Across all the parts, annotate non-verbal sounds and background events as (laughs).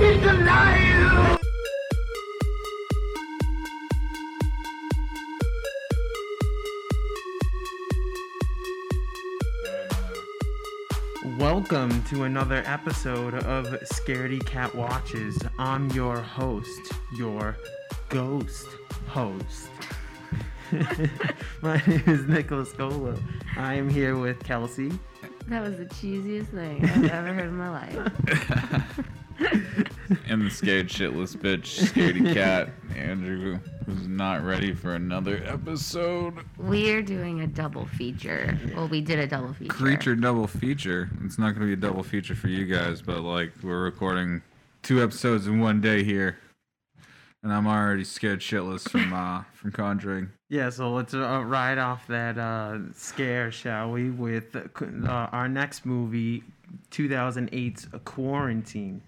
It's alive! Welcome to another episode of Scaredy Cat Watches. I'm your host, your ghost host. (laughs) My name is Nicholas Gola. I am here with Kelsey. That was the cheesiest thing I've ever heard in my life. and the scared shitless bitch, scaredy cat, Andrew, who's not ready for another (laughs) episode. We're doing a double feature. Well, we did a double feature. Creature double feature. It's not going to be a double feature for you guys, but like we're recording two episodes in one day here. And I'm already scared shitless from uh from Conjuring. Yeah, so let's uh, ride off that uh, scare, shall we, with uh, our next movie, 2008's Quarantine.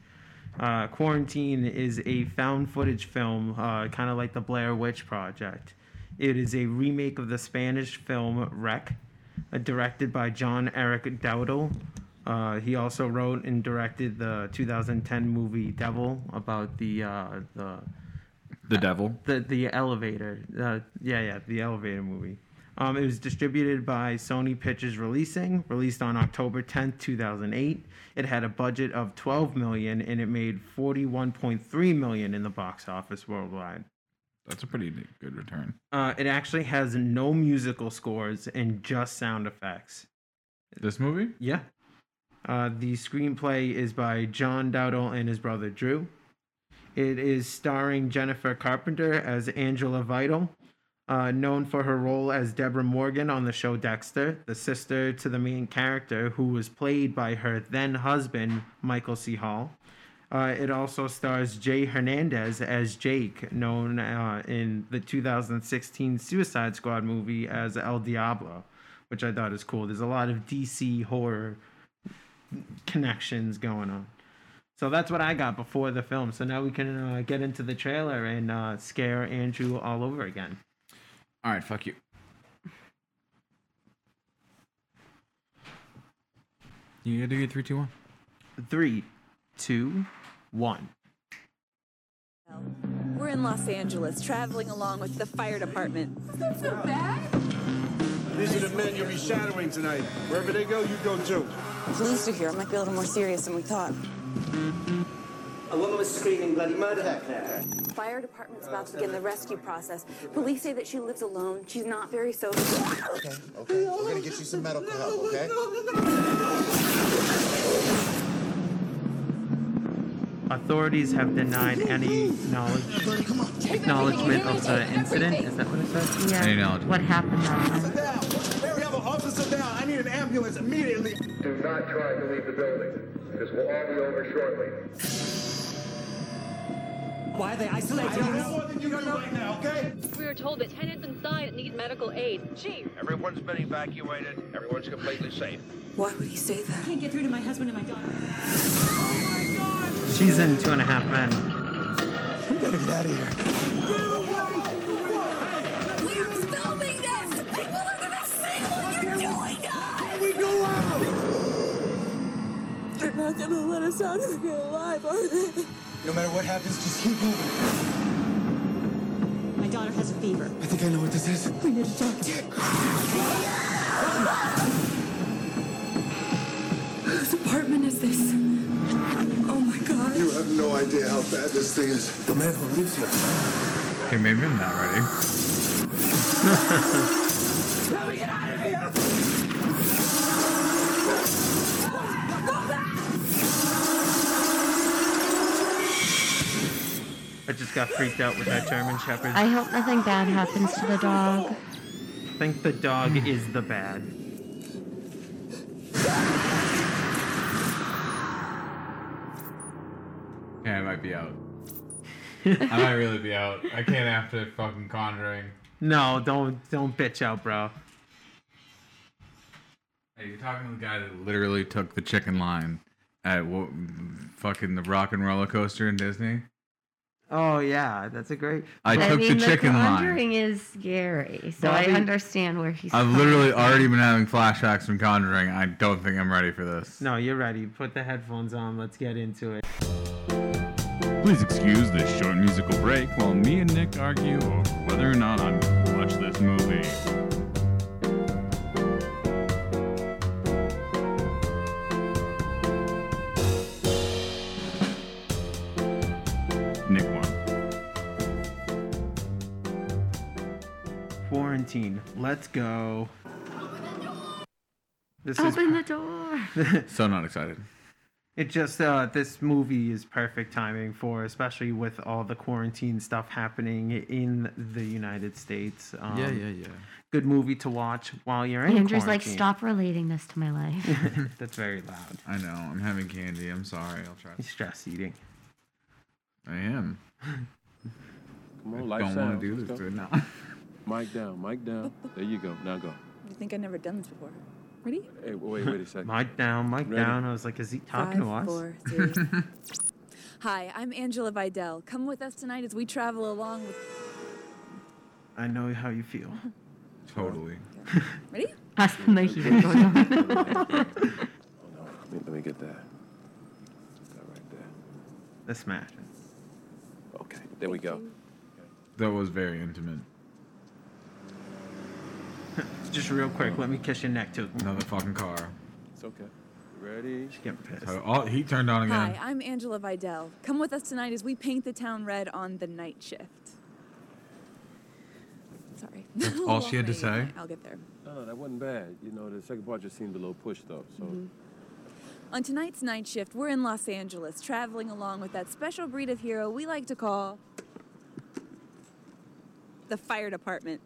Uh, Quarantine is a found footage film, uh, kind of like the Blair Witch Project. It is a remake of the Spanish film Wreck, uh, directed by John Eric Dowdle. Uh, he also wrote and directed the 2010 movie Devil about the uh, the The devil. the the elevator. Uh, yeah, yeah, the elevator movie. Um, it was distributed by Sony Pictures Releasing, released on October 10th, 2008. It had a budget of 12 million and it made 41.3 million in the box office worldwide. That's a pretty good return. Uh, it actually has no musical scores and just sound effects. This movie? Yeah. Uh, the screenplay is by John Dowdle and his brother Drew. It is starring Jennifer Carpenter as Angela Vital, uh, known for her role as Deborah Morgan on the show Dexter, the sister to the main character, who was played by her then husband, Michael C. Hall. Uh, it also stars Jay Hernandez as Jake, known uh, in the 2016 Suicide Squad movie as El Diablo, which I thought is cool. There's a lot of DC horror connections going on. So that's what I got before the film. So now we can uh, get into the trailer and uh, scare Andrew all over again. Alright, fuck you. You gotta do your three, two, one. Three, two, one. We're in Los Angeles, traveling along with the fire department. These are the men you'll be shadowing tonight. Wherever they go, you go too. Police are here. It might be a little more serious than we thought. A woman was screaming bloody murder. Fire department's about to begin the rescue process. Police say that she lives alone. She's not very social. Okay, we're gonna get you some medical help, okay? Authorities have denied any knowledge acknowledgement of the incident. Is that what it said? Yeah. Any knowledge? What happened on that? Down. Mary, I'm an officer down. I need an ambulance immediately. Do not try to leave the building. This will all be over shortly. Why are they I isolating don't know what you do right now, okay? We are told that tenants inside need medical aid. Chief, Everyone's been evacuated. Everyone's completely safe. Why would he say that? can't get through to my husband and my daughter. She's in Two and a Half Men. We gotta get out of here. We're filming this! People are gonna see what you're doing, guys! We go out! They're not gonna let us out of here alive, are they? No matter what happens, just keep moving. My daughter has a fever. I think I know what this is. We need a doctor. Whose apartment is this? Oh my god. You have no idea how bad this thing is. The man who lives here. Okay, maybe I'm not ready. I just got freaked out with that German Shepherd. I I hope nothing bad happens to the dog. think the dog Hmm. is the bad. (laughs) Yeah, I might be out. I might really be out. I can't after fucking Conjuring. No, don't don't bitch out, bro. Hey, you're talking to the guy that literally took the chicken line at what, fucking the rock and roller coaster in Disney. Oh yeah, that's a great. I took mean, the chicken line. Conjuring is scary, so Bobby- I understand where he's. I've coming literally from. already been having flashbacks from Conjuring. I don't think I'm ready for this. No, you're ready. Put the headphones on. Let's get into it. Please excuse this short musical break while me and Nick argue over whether or not I'm going to watch this movie. Nick won. Quarantine. Let's go. This is Open the door. (laughs) (laughs) So not excited. it. Just uh, this movie is perfect timing for, especially with all the quarantine stuff happening in the United States. Um, yeah. Good movie to watch while you're in. Andrew's like, quarantine. stop relating this to my (laughs) life. (laughs) That's very loud. I know. I'm having candy. I'm sorry. I'll try. He's stress eating. I am. Come Don't on, want to do this to it now. (laughs) Mic down, mic down. There you go. Now go. You think I've never done this before? Ready? (laughs) Hey, wait, wait a (laughs) second. Mic down, mic Ready. down. I was like, is he Five, talking to us? (laughs) four, three. Hi, I'm Angela Vidal. Come with us tonight as we travel along with. I know how you feel. (laughs) Totally. Ready? That's the mojito going on. Oh, Let me, let me get that. That right there. The smash. Okay, there we go. That was very intimate. Just real quick, let me kiss your neck too. Another fucking car. It's okay. Ready? Just getting pissed. So, oh, he turned on again. Hi, I'm Angela Vidal. Come with us tonight as we paint the town red on the night shift. Sorry. (laughs) That's all she had to say? I'll get there. No, no, that wasn't bad. You know, the second part just seemed a little pushed though. So Mm-hmm. On tonight's night shift, we're in Los Angeles, traveling along with that special breed of hero we like to call the fire department.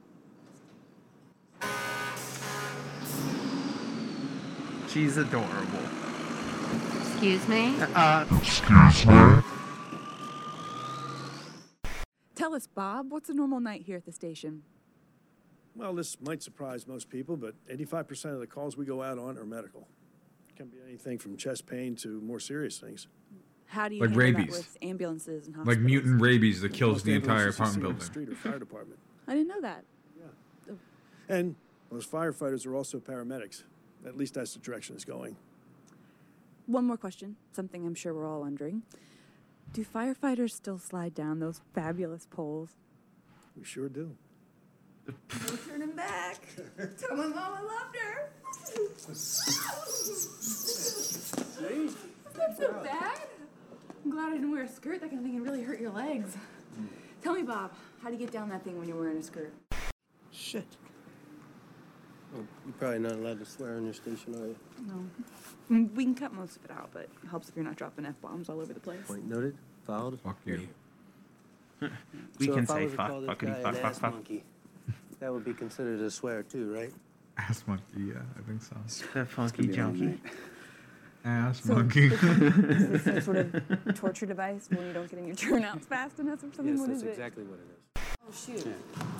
She's adorable. Excuse me. Uh, Tell us, Bob, what's a normal night here at the station? Well, this might surprise most people, but 85% of the calls we go out on are medical. Can be anything from chest pain to more serious things. How do you Like handle that rabies. with ambulances and hospitals? Like mutant rabies that kills Most the entire ambulances you see on the apartment building. Street or fire (laughs) department. Oh. I didn't know that. And those firefighters are also paramedics. At least that's the direction it's going. One more question, something I'm sure we're all wondering. Do firefighters still slide down those fabulous poles? We sure do. Turn him back. Tell my mom I loved her. That's so bad. I'm glad I didn't wear a skirt. That kind of thing can really hurt your legs. Tell me, Bob, how do you get down that thing when you're wearing a skirt? Shit. You're probably not allowed to swear on your station, are you? No. We can cut most of it out, but it helps if you're not dropping F bombs all over the place. Point noted, fouled. Fuck (laughs) you. we so can if I say was to fuck, call this guy fuckity, an fuck, fuck, ass fuck. monkey, that would be considered a swear too, right? Ass monkey. (laughs) Yeah, I think so. The funky junkie. Ass So- monkey. (laughs) Is this some sort of torture device when you don't get in your turnouts fast enough or something? Yes, What that's is it? exactly what it is. Oh, shoot.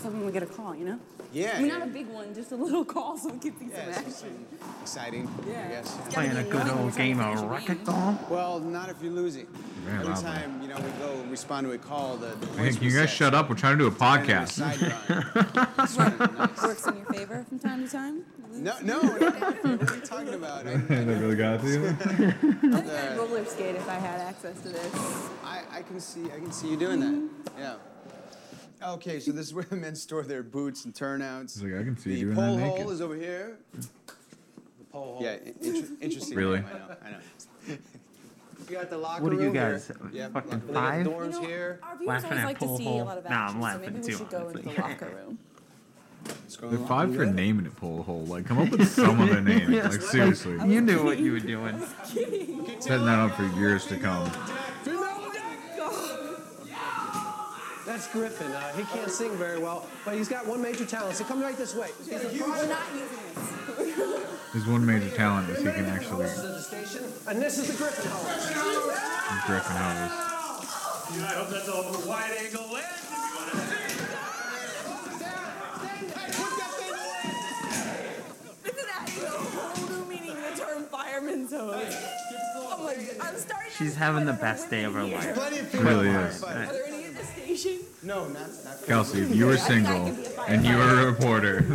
Something we get a call, you know? Yeah. I mean, not a big (laughs) one, just a little call (laughs) so we can see yeah, some it's action. something exciting. Yeah. I guess. It's (laughs) gotta Playing be a good annoying old when game somebody of finds your name. racquetball. Well, not if you're losing. Very Every loud, time you know we go and respond to a call, the, the Hey, can you guys shut up? We're trying to do a podcast. (laughs) (laughs) Works in your favor from time to time. No, no, no, no. What are you talking about? I, really got (laughs) to you. I think I'd roller skate if I had access to this. I, I can see, I can see you doing that. Yeah. Okay, so this is where (laughs) the men store their boots and turnouts. He's like, I can see the you doing that pole naked. hole is over here. The pole hole. Yeah, in- (laughs) inter- interesting. Really? name, I know. (laughs) I know. You got the locker What are you room here. guys, Yep, fucking locker- they got five? the dorms here. Our viewers Laughing always at like to pole see a hole. lot of Nah, action, I'm so laughing maybe too, we should go into honestly. the (laughs) locker (laughs) room. They're five for naming it pole hole. Like, come up with (laughs) some other name. Like, seriously. You knew what you were doing. Setting that up for years to come. That's Griffin. Uh, he can't sing very well, but he's got one major talent. So come right this way. This is We're not using this. His one major talent is he can actually the station, (laughs) and this is the Griffin Hall. (laughs) griffin hose. I hope that's all for wide angle lens. This is adding a whole new Oh She's having the best day of her life. Plenty of It female really is. firefighters. Are there any at the station? No, not, not Kelsey, if you were single and you were a reporter, (laughs)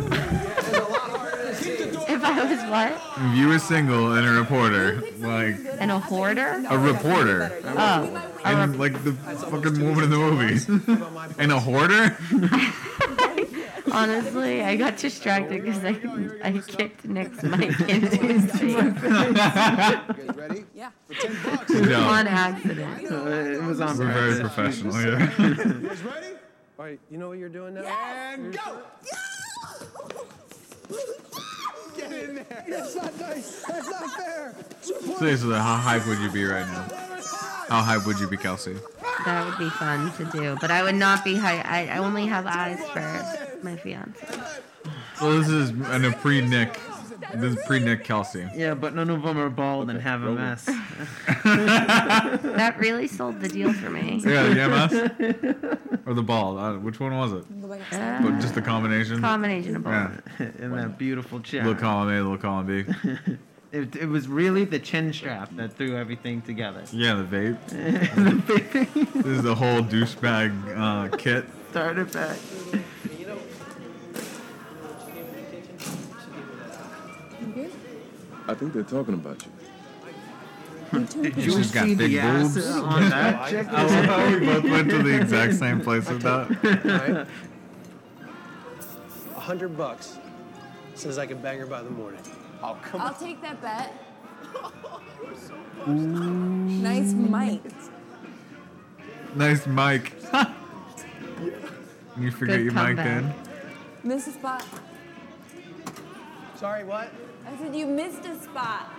If I was what? if you were single and a reporter, like And a hoarder? a reporter, Oh. and like the fucking woman in the movie, (laughs) and a hoarder. Honestly, I got distracted because I, I kicked Nick's (laughs) mic (laughs) into his guys ready? Yeah. For 10 (laughs) bucks. No. on accident. Uh, it was on We're very purpose. professional. Yeah. (laughs) You guys ready? All right, you know what you're doing now? And go! Get in there. That's not nice. That's not fair. Seriously, how hype would you be right now? How hype would you be, Kelsey? That would be fun to do, but I would not be high. I, I only have eyes for my fiance. Well, this is an, a pre Nick. This is pre Nick Kelsey. Yeah, but none of them are bald and have a mess. (laughs) (laughs) That really sold the deal for me. Yeah, the MS or the ball. Uh, which one was it? Uh, But just the combination. combination of both. Yeah. and that beautiful chin. Little column A, little column B. It, it was really the chin strap that threw everything together. Yeah, the (laughs) vape. this is the whole douchebag uh, kit. Started back. I think they're talking about you. Just She's see the ass on (laughs) that. Check I this love out. how we both went to the (laughs) exact same place with that. A hundred bucks. Says I can bang her by the morning. Oh, come I'll take that bet. nice mic. Nice mic. you forget Good your comeback. mic then. Missed a spot. Uh, Sorry, what? I said you missed a spot.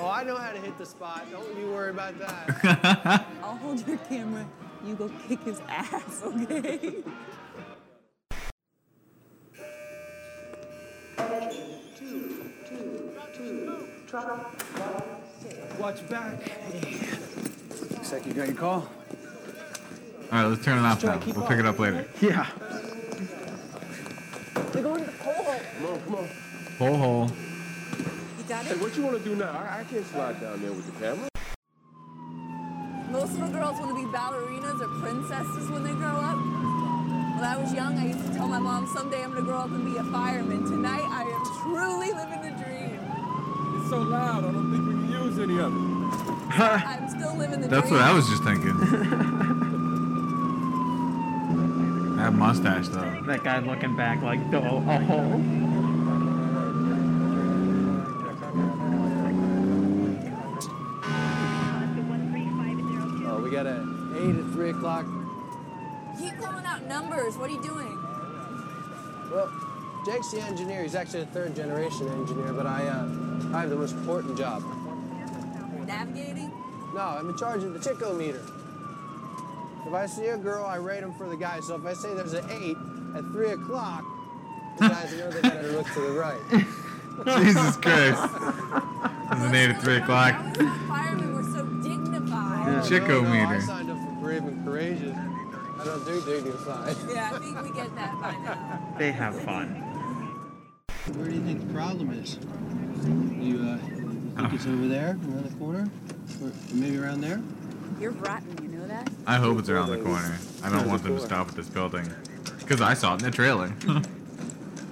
Oh, I know how to hit the spot. Don't you worry about that. (laughs) I'll hold your camera. You go kick his ass, (laughs) okay? oh. Watch back. Looks like you got your call. All right, let's turn it off now. We'll pick it up later. Yeah. They're going to the pole. Come on, come on. Hole hole. You got Hey, it? what you want to do now? I, I can't slide down there with the camera. (laughs) Most of the girls want to be ballerinas or princesses when they grow up. When I was young, I used to tell my mom, someday I'm going to grow up and be a fireman. Tonight, I am truly living the dream. It's so loud. I don't think we can use any of it. I'm still living the (laughs) That's dream. what I was just thinking. That (laughs) mustache though. That guy looking back like, oh, a hole. Oh, we got a eight at three o'clock. Keep calling out numbers. What are you doing? Well, Jake's the engineer. He's actually a third generation engineer, but I, uh, I have the most important job. Navigating? No, I'm in charge of the Chico meter. If I see a girl, I rate them for the guy. So if I say there's an eight at three o'clock, (laughs) the guys know they better look to the right. Jesus Christ. It's an eight at three o'clock. That was how firemen were so dignified. Chico Oh, no, no, I meter. signed up for brave and courageous. I don't do dignified. Yeah, I think we get that by now. They have fun. Where do you think the problem is? You, uh, you think it's over there, around the corner, or maybe around there? You're rotten, you know that? I hope it's around the corner. I don't want them to stop at this building. Because I saw it in the trailer.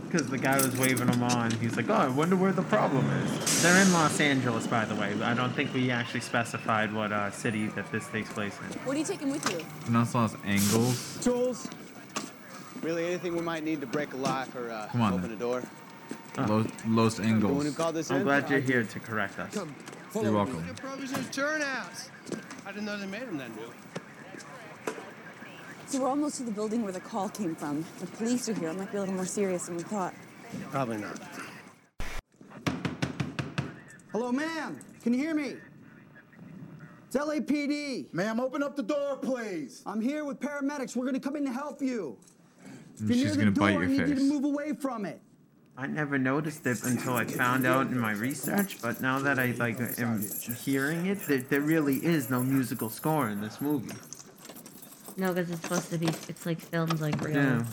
Because the guy was waving them on. He's like, oh, I wonder where the problem is. They're in Los Angeles, by the way. I don't think we actually specified what uh, city that this takes place in. What are you taking with you? and I saw his angles. Tools. Really, anything we might need to break a lock or uh, Come on, open then. a door. Los, Los The one who Angles. called this I'm in? glad you're here to correct us. You're welcome. Improvisers turnouts. I didn't know they made them that new. So we're almost to the building where the call came from. The police are here. It might be a little more serious than we thought. Probably not. Hello, ma'am. Can you hear me? It's LAPD. Ma'am, open up the door, please. I'm here with paramedics. We're gonna come in to help you. And Mm, she's going to bite your face. away from it. I never noticed it until I found out in my research, but now that I like am hearing it, there, there really is no musical score in this movie. No, because it's supposed to be, it's like filmed like real, Yeah.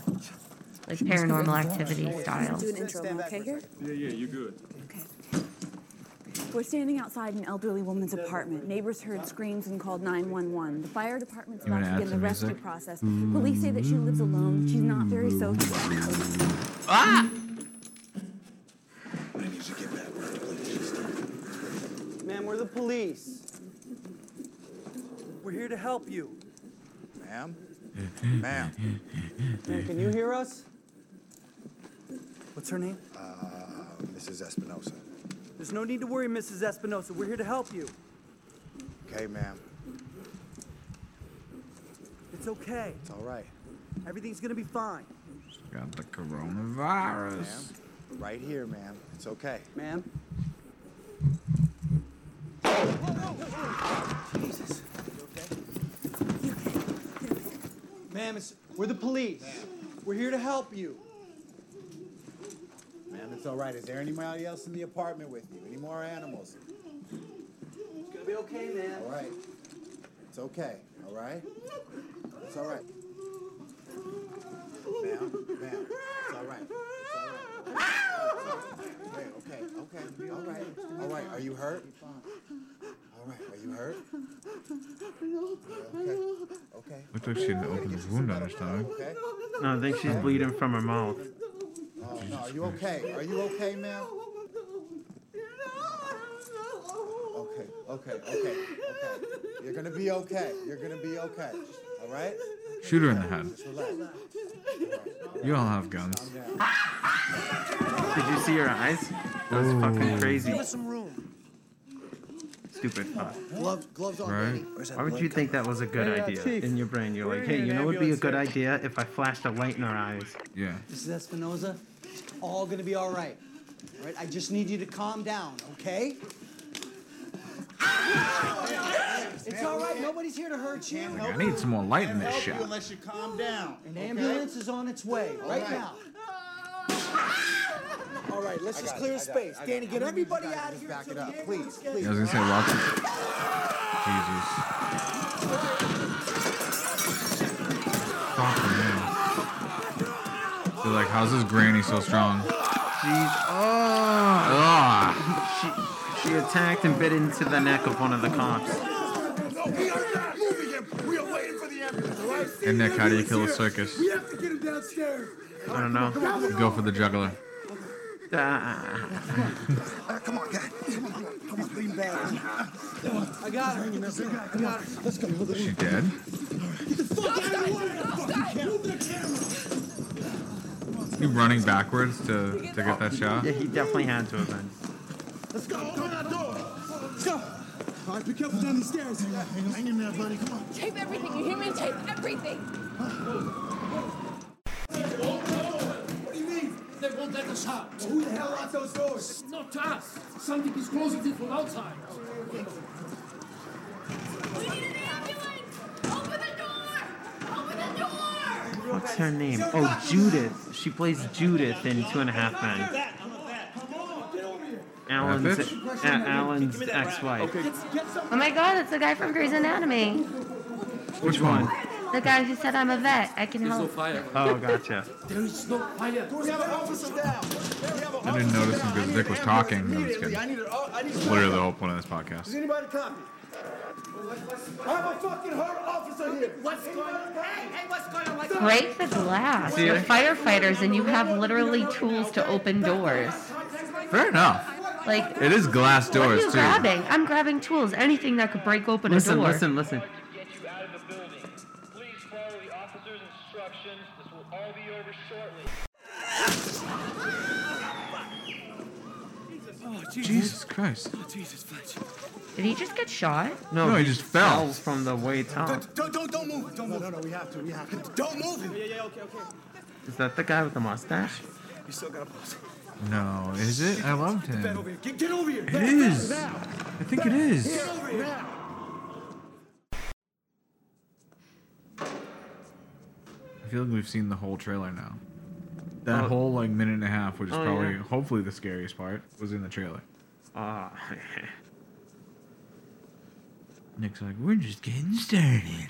like paranormal activity style. Do an intro, okay? Here? Yeah, yeah, you're good. Okay. We're standing outside an elderly woman's apartment. Neighbors heard screams and called 911. The fire department's You about wanna to add begin the some rescue music? process. Police say that she lives alone. She's not very social. Ah! I need to get back with the police. Ma'am, we're the police. We're here to help you. Ma'am? Ma'am? Ma'am, can you hear us? What's her name? Uh, Mrs. Espinosa. There's no need to worry, Mrs. Espinosa. We're here to help you. Okay, ma'am. It's okay. It's all right. Everything's gonna be fine. Got the coronavirus. Ma'am, right here, ma'am. It's okay. Ma'am? Jesus. Ma'am, it's, we're the police. We're here to help you. Ma'am, it's all right. Is there anybody else in the apartment with you? Any more animals? It's gonna be okay, ma'am. All right. It's okay. All right? It's all right. Ma'am, ma'am. It's all right. It's all right. Okay, okay, okay. All right. All right. Are you hurt? All right. Are you hurt? Okay. Looks like she didn't open this wound on her stomach. Okay. No, I think she's bleeding from her mouth. Oh, no. Are you okay? Are you okay, ma'am? Okay, okay, okay, okay. You're gonna be okay. You're gonna be okay. All right? Shoot her in the head. Just relax. You all have guns. Did you see her eyes? That was fucking crazy. Give us some room. Stupid fuck. Gloves, gloves on. Right? Why would you think that was a good Hey, uh, idea Chief. in your brain? You're We're in like, hey, an you know what would be a ambulance good here." idea if I flashed a light in her eyes? Yeah. Mrs. Espinoza, it's all gonna be all right. All right, I just need you to calm down, okay? It's all right. Nobody's here to hurt you. Like, I need some more light in this shit. Unless you calm down. An ambulance is on its way All right, right. now. All right, let's I just got clear a it, I got it, space. I got Danny, it. get I need you everybody guys to out of just here. Back so it the up, ambulance please, gets- please. I was gonna say, lots of. Jesus. Fuck, man. They're like, how's this granny so strong? Jeez. Ah. Oh. ah. She, she attacked and bit into the neck of one of the cops. No, we are not moving him. We are waiting for the ambulance. All right, Hey, Nick, how do you kill a circus? We have to get him downstairs. I Uh, don't know. Go for the juggler. Ah. Come on, guy. Come on, come on, come on. Lean back. I got her. I got her. Let's go. Is she dead? You running backwards to, to get that shot? Yeah, he definitely had to have been. Let's go. Come out door. Let's go. All right, be careful down these stairs. Hang in there, buddy. Come on. Tape everything, you hear me? Tape everything. What do you mean? They won't let us out. who the hell locked those doors? Not to us. Somebody is closing it from outside. What's her name? Oh, Judith. She plays Judith in Two and a Half Men. Alan's, e, That bitch? A- Alan's ex-wife. Oh my god, it's the guy from Grey's Anatomy. Which one? The guy who said, I'm a vet. I can help. fire. Oh, gotcha. There is no fire. We have an officer down. I didn't notice him because Nick was talking. No, I'm just kidding. I need an oh, I need Literally the whole point of this podcast. Does anybody copy? I'm a fucking hurt officer here. What's going on? Hey, hey, what's going on? What's Break the glass. See We're it? firefighters and you have literally tools to open doors. Fair enough. Like, It is glass what are doors you too. grabbing? I'm grabbing tools, anything that could break open a Listen, door. listen, listen. Oh, Jesus Christ. Did he just get shot? No, No, he just fell. from the way top. Don't, don't, don't move. Don't move. No, no, no, we have to. We have to. Don't move. Yeah, yeah, yeah, okay, okay. Is that the guy with the mustache? You still got to pause. No, is it? I loved Get him. over here. Get, get over here. It is. I think it is. Get over here. Now. I feel like we've seen the whole trailer now. That Oh. whole like minute and a half, which is Oh, probably yeah. hopefully the scariest part, was in the trailer. (laughs) Ah. Nick's like, we're just getting started.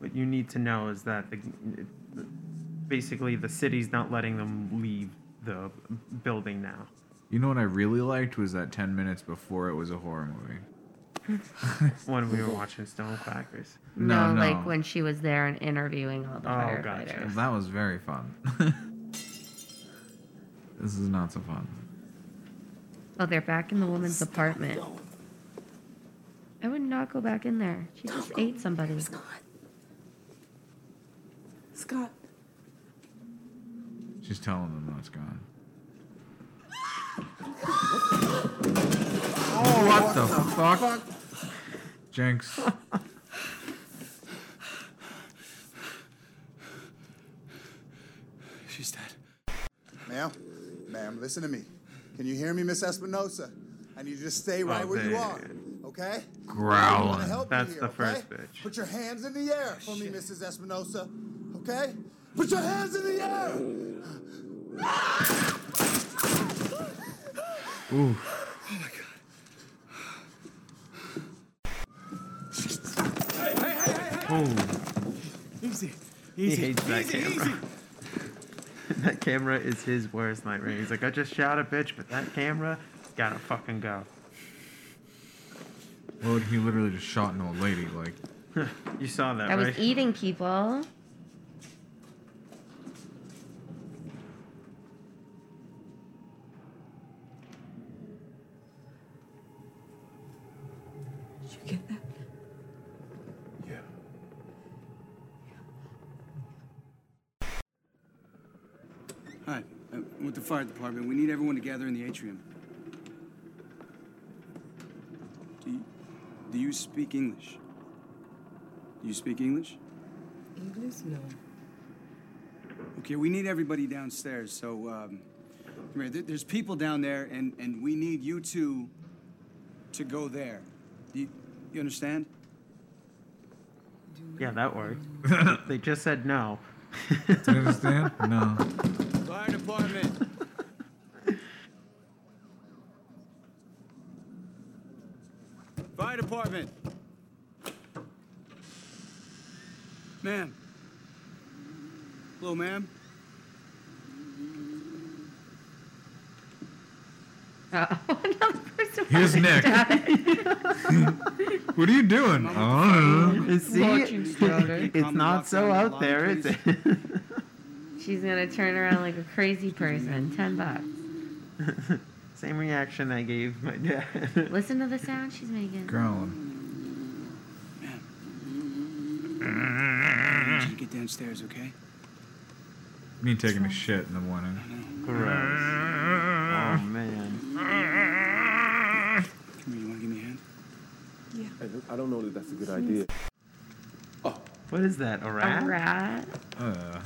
What you need to know is that the, basically the city's not letting them leave the building now. You know what I really liked was that 10 minutes before it was a horror movie. (laughs) when (laughs) we were watching Stonecrackers. No, No, no. like when she was there and interviewing all the Oh, firefighters. gotcha. That was very fun. (laughs) this is not so fun. Oh, they're back in the woman's apartment. I would not go back in there. She just ate somebody. Scott. She's telling them no, it's gone. Oh, what the fuck? Jenks. She's dead. Ma'am, ma'am, listen to me. Can you hear me, Miss Espinosa? I need you to stay right Oh, where you they- are. Okay? Growling. I wanna help you That's here, the okay? first bitch. Put your hands in the air for me, Mrs. Espinosa. Okay? Put your hands in the air! Ooh. Oh, Easy. He Easy. hates that easy, camera. easy. (laughs) that camera is his worst nightmare. He's like, I just shot a bitch, but that camera gotta fucking go. Well, he literally just shot an old lady. Like, (laughs) you saw that, I right? was e- eating people. Did you get that? Hi, I'm uh, with the fire department. We need everyone to gather in the atrium. Do you, do you speak English? Do you speak English? English, no. Okay, we need everybody downstairs. So, um, come here. There- there's people down there, and, and we need you two to go there. Do you, you understand? Yeah, that (laughs) worked. they just said no. Do you (laughs) understand? No. Fire department. (laughs) Fire department. Ma'am. Hello, ma'am. Oh, (laughs) Here's Nick. (laughs) what are you doing? Oh, See, (laughs) it's not so out there, is it? (laughs) She's gonna turn around like a crazy person. Ten bucks. Same reaction I gave my dad. Listen to the sound she's making. Growling. I need you to get downstairs, okay? Me taking a shit in the morning. Gross. Oh man. Come here, you want to give me a hand? Yeah. I don't, I don't know that that's a good idea. (laughs) What is that? A rat? rat? Uh,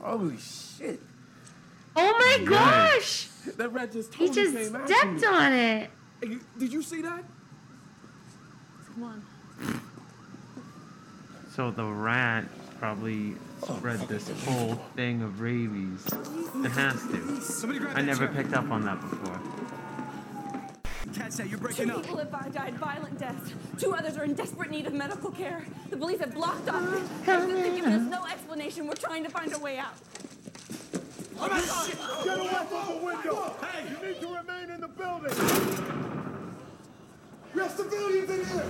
Holy shit. Oh my Yikes. gosh! That rat just He totally just came after stepped me. on it. Hey, you- Did you see that? Come on. So the rat probably Oh, spread this whole thing of rabies. It has Somebody to. grab I that never chair. picked up on that before. Cat's that you're Two breaking up. people at Bar died violent deaths. Two others are in desperate need of medical care. The police have blocked off the exits and given us no explanation. We're trying to find a way out. Oh my God! Get away from the window! Hey, you need to remain in the building. We have civilians in here.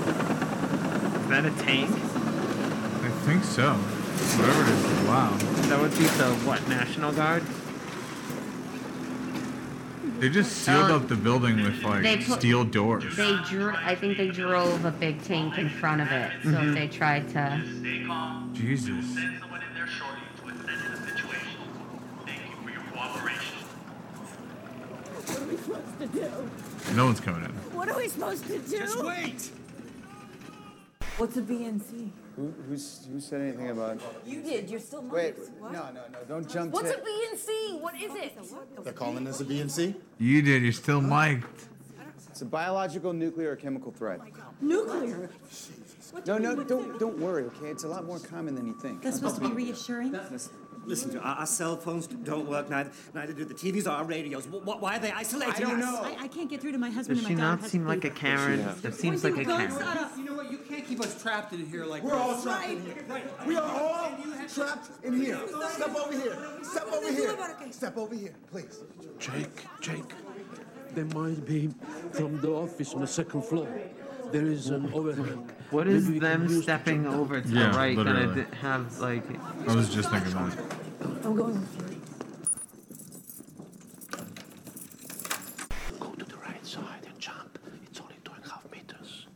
Is that a tank? I think so. Whatever it is. Wow. That would be the what? National Guard? They just sealed Um, up the building with they like put- steel doors. They drew. I think they drove a big tank in front of it, so Mm-hmm. Mhm. if they tried to. Jesus. What are we supposed to do? No one's coming in. What are we supposed to do? Just wait. What's a BNC? Who, who's, who said anything about? You did. You're still Wait, minors. no, no, no, don't jump What's to a BNC? What is it? They're calling this a BNC? You did. You're still mic'd. It's a biological, nuclear, or chemical Oh threat. Nuclear. No, no, don't, don't worry, okay? It's a lot more common than you think. That's supposed to be reassuring. Listen, our, our cell phones don't work, neither, neither do the TVs or our radios. Wh- wh- why are they isolating I don't us? know. I, I can't get through to my husband Does she and my daughter not has seem like a fever. Karen? That seems like a Karen. You know what? You can't keep us trapped in here like We're all trapped in here. We are all trapped in here. Step over here. Step over here. Step over here, please. Jake, Jake, there might be from the office on the second floor. There is an overhang. What is them stepping over to Yeah, the right gonna literally. d- have like? I was just thinking that. I'm going. Go to the right side and jump. It's only two and a half meters.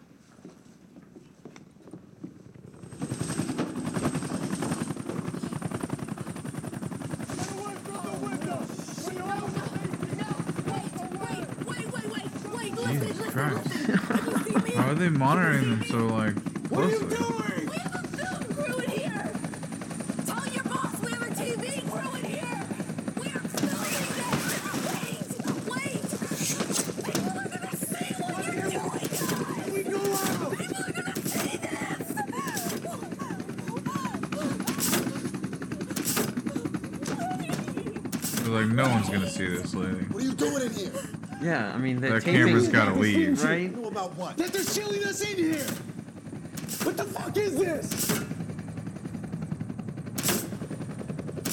Jesus Christ. (laughs) How are they monitoring them so like closely? They're like no one's gonna see this lady. What are you doing in here? Yeah, I mean the That taping- camera's gotta leave. (laughs) right? You know about what? That they're shielding us in here. What the fuck is this?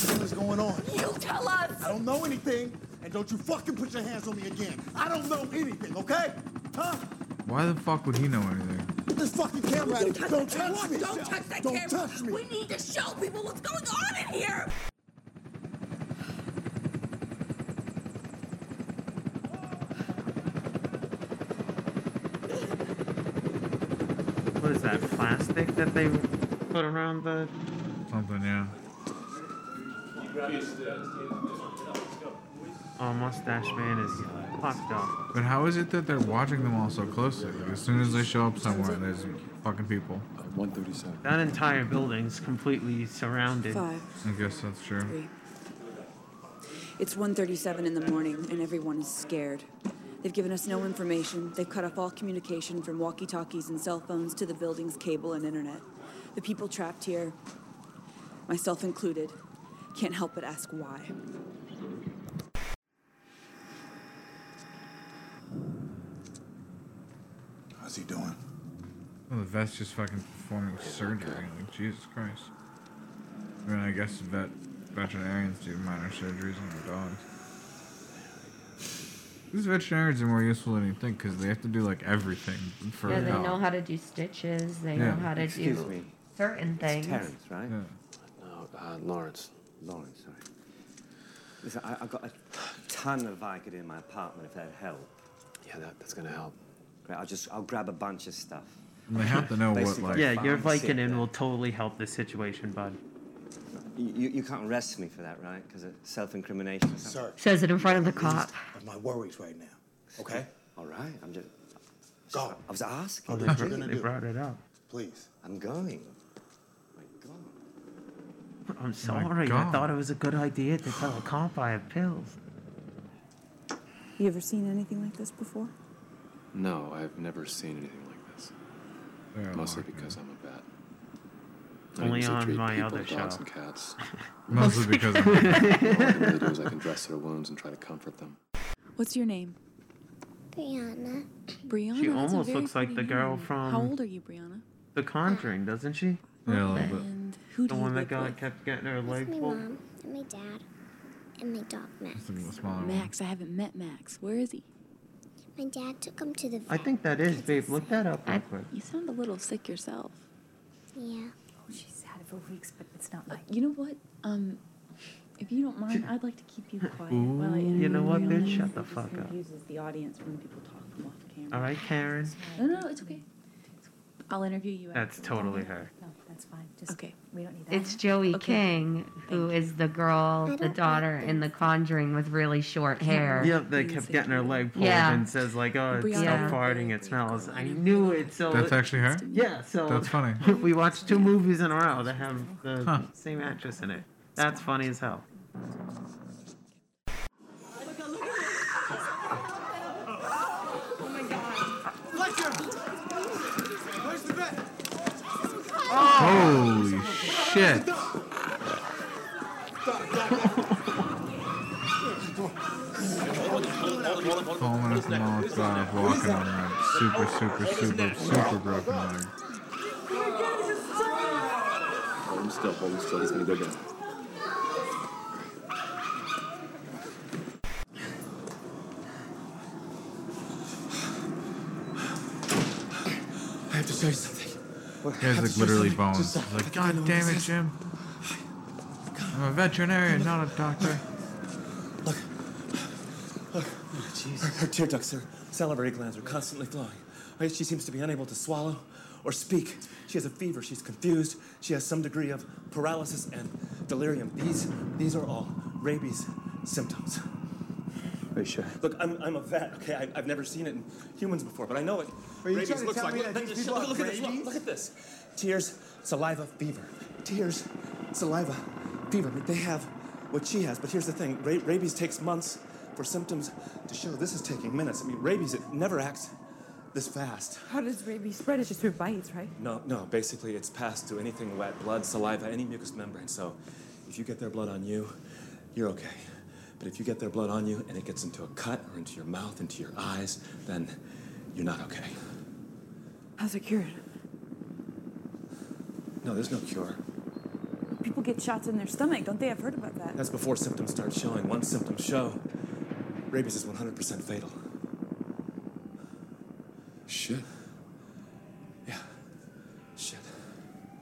What is going on? You tell us. I don't know anything, and don't you fucking put your hands on me again. I don't know anything, okay? Huh? Why the fuck would he know anything? Put this fucking camera out. Don't of here. touch Don't the touch camera. me. Don't touch that Don't camera. touch me. We need to show people what's going on in here. What is that plastic that they put around the? Something, yeah. Oh, mustache man is fucked up. But how is it that they're watching them all so closely? Like as soon as they show up somewhere, there's fucking people. 137. That entire building's completely surrounded. Five. I guess that's true. Three. It's 1.37 in the morning, and everyone is scared. They've given us no information. They've cut off all communication from walkie-talkies and cell phones to the building's cable and internet. The people trapped here, myself included, can't help but ask why. How's he doing? Well, the vet's just fucking performing surgery. Like Jesus Christ. I mean, I guess vet veterinarians do minor surgeries on their dogs. These veterinarians are more useful than you think because they have to do like everything for yeah, a they dog. know how to do stitches. They Yeah. know how to Excuse do me. certain things. Terrence, right? No, uh, Lawrence. Lawrence, sorry. Listen, I, I've got a ton of Vicodin in my apartment, if that'd help. Yeah, that, that's gonna help. Great, I'll just, I'll grab a bunch of stuff. They have to know what Basically, like. Yeah, your pharmacy. Vicodin will totally help this situation, bud. You, you, you can't arrest me for that, right? Because of self-incrimination. Sir. Says it in front of the cop. Of my worries right now. Okay? All right, I'm just... Go. I was asking. Oh, (laughs) they, br- they brought it up. Please. I'm going. I'm sorry. I God. thought it was a good idea to tell a cop I have pills. You ever seen anything like this before? No, I've never seen anything like this. Mostly because I'm a vet. I Only usually on treat my people, other dogs show. and (laughs) cats. Mostly because All I'm I a vet. can really do is I can dress their wounds and try to comfort them. What's your name? Brianna. Brianna. She that's a almost very looks like pretty the girl name. from- How old are you, Brianna? The Conjuring, doesn't she? Yeah, a little bit. And who do the you one that live got with? kept getting her It's leg my pulled. mom and my dad and my dog Max. Max. I haven't met Max. Where is he? My dad took him to the I vet. think that is, babe. Look that up real quick. You sound a little sick yourself. Yeah. Oh, She's had it for weeks, but it's not like. Uh, You know what? Um, if you don't mind, I'd like to keep you quiet while I Ooh, interview you know what, Brianna. bitch? Shut the fuck up. Uh, Confuses the audience when people talk from off camera. All right, Karen. No, no, it's okay. I'll interview you. That's after. totally her. No, that's fine. Just, okay. We don't need that. It's Joey King, who is the girl, the daughter in The Conjuring with really short hair. Yep, they kept getting her leg pulled Yeah. and says like, "Oh, it's Brianna. yeah. Yeah. farting. It smells." I knew it. So That's actually her. Yeah. So That's funny. (laughs) we watched two movies in a row that have the Huh. same actress in it. That's funny as hell. Fletcher! Where's the vet? Holy shit! Doc, Falling off Molotov, walking on that super, super, super, super broken leg. Hold him still, hold him still. He's gonna go down. I have to show you something. Guy's like literally bones. Like, God God damn it, Jim. I'm a veterinarian, not a doctor. Her, her tear ducts, her salivary glands are constantly flowing. I- She seems to be unable to swallow or speak. She has a fever. She's confused. She has some degree of paralysis and delirium. These, these are all rabies symptoms. Are you sure? Look, I'm, I'm a vet, okay? I, I've never seen it in humans before, but I know it. Are you rabies trying to looks tell like. me look, that these look- people look, have at this. Look, rabies? look at this. Tears, saliva, fever. Tears, saliva, fever. But They have what she has, but here's the thing Ra- rabies takes months for symptoms to show. This is taking minutes. I mean, rabies, it never acts this fast. How does rabies spread? It's just through bites, right? No, no, basically, it's passed to anything wet blood, saliva, any mucous membrane. So if you get their blood on you, you're okay. But if you get their blood on you and it gets into a cut or into your mouth, into your eyes, then you're not okay. How's it cured? No, there's no cure. People get shots in their stomach, don't they? I've heard about that. That's before symptoms start showing. Once symptoms show, rabies is 100% fatal. Shit. Yeah. Shit.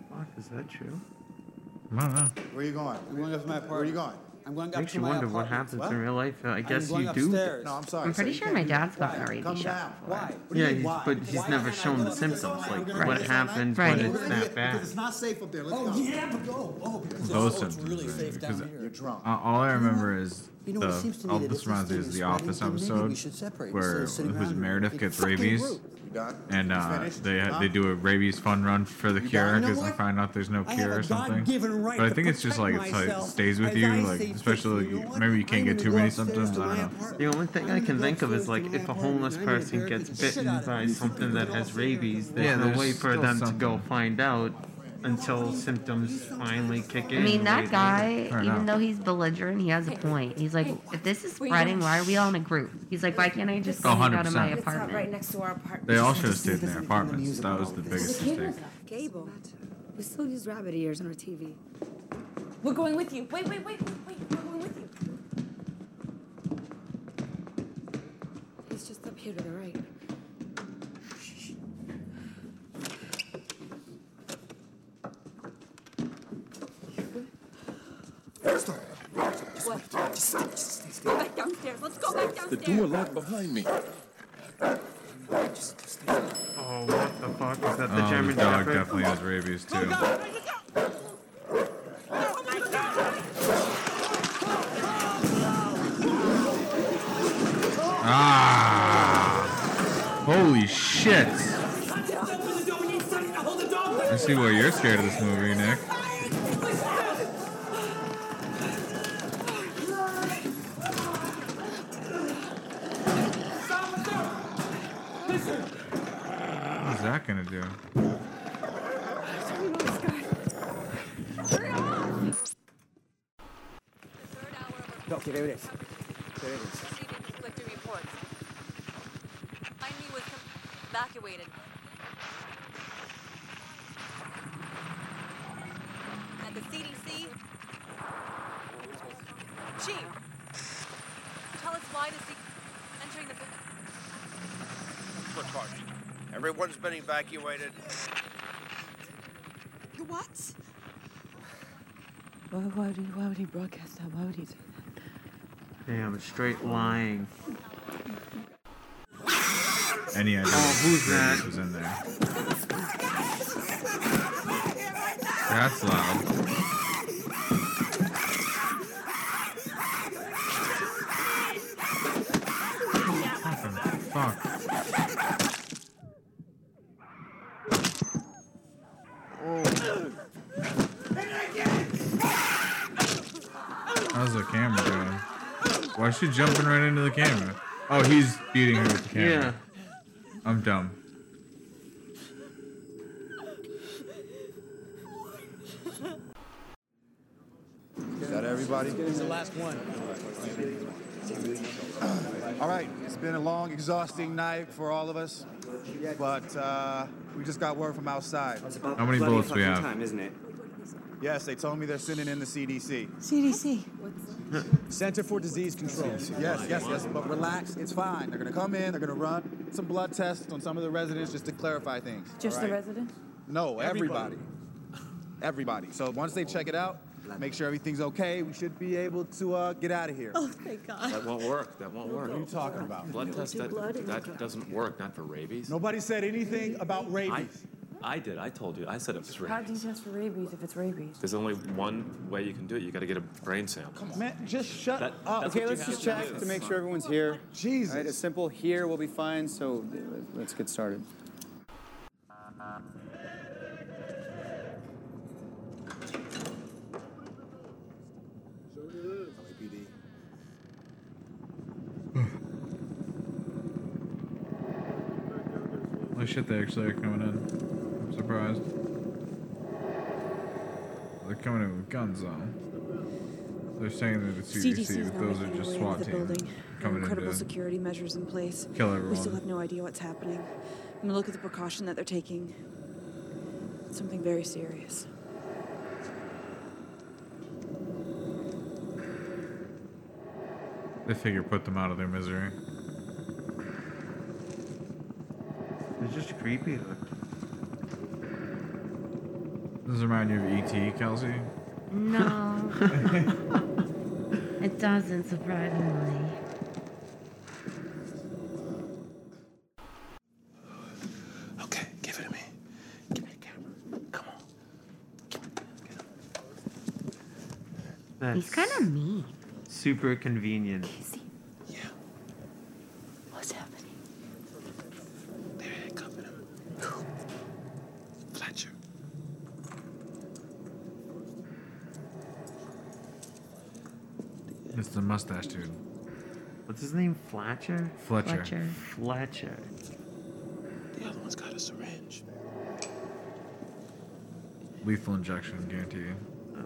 Fuck, is that true? I don't know. Where are you going? You wanna go to my apartment? Where are you going? I'm going Makes you wonder what happens in real life. I guess going you do. upstairs. No, I'm sorry. I'm so pretty you sure can't my do dad's that. gotten Why? a Come rabies down. shot before. Why? Yeah, he's, but he's never shown the symptoms. Like what happens when it's that Because bad? it's not safe up there. Let's Oh, go. yeah, but go. Oh, because it's- Those oh, it's symptoms, really right, safe down because here. Uh, all I remember is You know, it seems to the me all that this if this reminds me thing is is the spreading, Office then maybe we episode should separate instead where of sitting who's around Meredith and gets fucking rabies, root. You done? and You uh, finished? they Huh? they do a rabies fun run for the cure You know because they what? find out there's no I have cure a or something. God-given right But I to think it's just like protect it's like it myself stays with as you, I like see fit. especially You know like, what? maybe you can't I'm get gonna too go many upstairs symptoms. to I my don't know. The only thing I can think of is like if a homeless person gets bitten by something that has rabies, there's Yeah, no there's way for still them to something. go find out until symptoms finally kick in. I mean, way that guy, later. even though he's belligerent, he has a point. He's like, if this is spreading, why are we all in a group? He's like, why can't I just Oh, go out of my 100%. apartment? right next to our apartment. They all should have stayed in their apartments. That was the biggest mistake. Gable. We still use rabbit ears on our TV. We're going with you. Wait, wait, wait, wait, wait. We're going with you. He's just up here to the right. What? Go back downstairs. Let's go back downstairs. The door locked behind me. Oh, what the fuck was that? The Oh, the German dog Shepherd. definitely has rabies too. Ah! Holy shit! I see why you're scared of this movie, Nick. What's that gonna do? Okay, there it is. There it is. Conflicting reports. Behind me was evacuated. At the CDC. Chief, tell us why the C- entering the. Look, Harvey. Everyone's been evacuated. What? Why, why, would he, why would he broadcast that? Why would he do Damn, straight lying. Any idea? Oh, who's that? Was in there. That's loud. Fuck. How's the camera doing? Why is she jumping right into the camera? Oh, he's beating her with the camera. I'm dumb. Is that everybody? It's the last one. All right, it's been a long, exhausting night for all of us, but uh, we just got word from outside. How many bloody bullets we fucking have? time, isn't it? Yes, they told me they're sending in the CDC. CDC. Center for Disease Control. Yes, yes, yes. But relax, it's fine. They're gonna come in. They're gonna run some blood tests on some of the residents just to clarify things. Just all the right? resident? No, everybody. Everybody. So once they check it out, make sure everything's okay. We should be able to uh, get out of here. Oh, thank God. That won't work. That won't work. What are you talking about? Blood test. Do That, blood and that doesn't work. Not for rabies. Nobody said anything about I, rabies. I did. I told you. I said it was How rabies. do you test for rabies if it's rabies? There's only one way you can do it. You got to get a brain sample. Man, just shut That- up. that's okay, what let's you just have to check do. to make sure everyone's here. Jesus. a simple here will be fine, so uh, let's get started. LAPD. Holy shit, they actually are coming in. I'm surprised. They're coming in with guns on. They're saying they're the CDC, CDC's but not those are making just their way SWAT into the teams building. coming in. Incredible to- security measures in place. kill We everyone. still have no idea what's happening. I mean, look at the precaution that they're taking. It's something very serious. They figure put them out of their misery. They're just creepy. though. Does this remind you of ET, Kelsey? (laughs) No. it doesn't, surprisingly. Okay, give it to me. Give me the camera. Come on. That's kind of mean. Super convenient. What's happening? They're handcuffing him. Fletcher. It's the mustache dude. What's his name? Fletcher? Fletcher. Fletcher. Fletcher. The other one's got a syringe. Lethal injection, guarantee. Oh.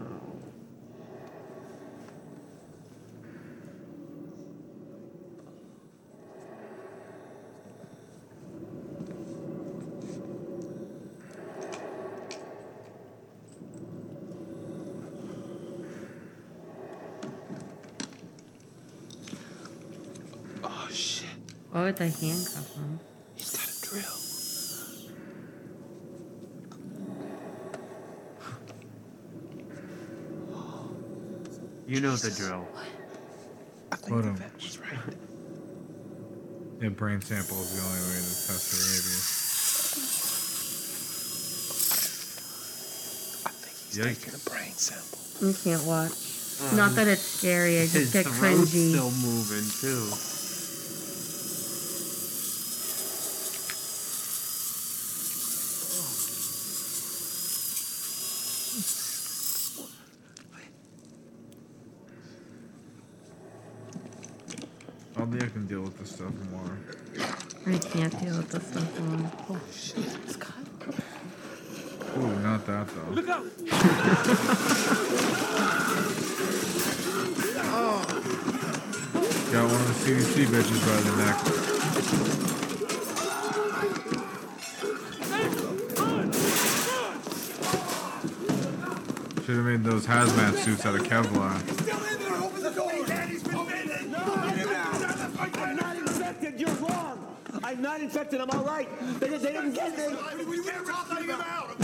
Oh shit. Why would they handcuff him? He's got a drill. You know the drill. Quote him. Yeah, brain sample is the only way to test for rabies. Get a brain sample. You can't watch. Not that it's scary, I Um, His just get throat's cringy. still moving too. I'll be I can deal with this stuff more. I can't deal with this stuff long. Oh, shit. Ooh, not that though. Look out! (laughs) Got one of the CDC bitches by the neck. Should have made those hazmat suits out of Kevlar. I'm not infected. You're wrong. I'm not infected. I'm all right. They, they didn't get me. What are you talking about?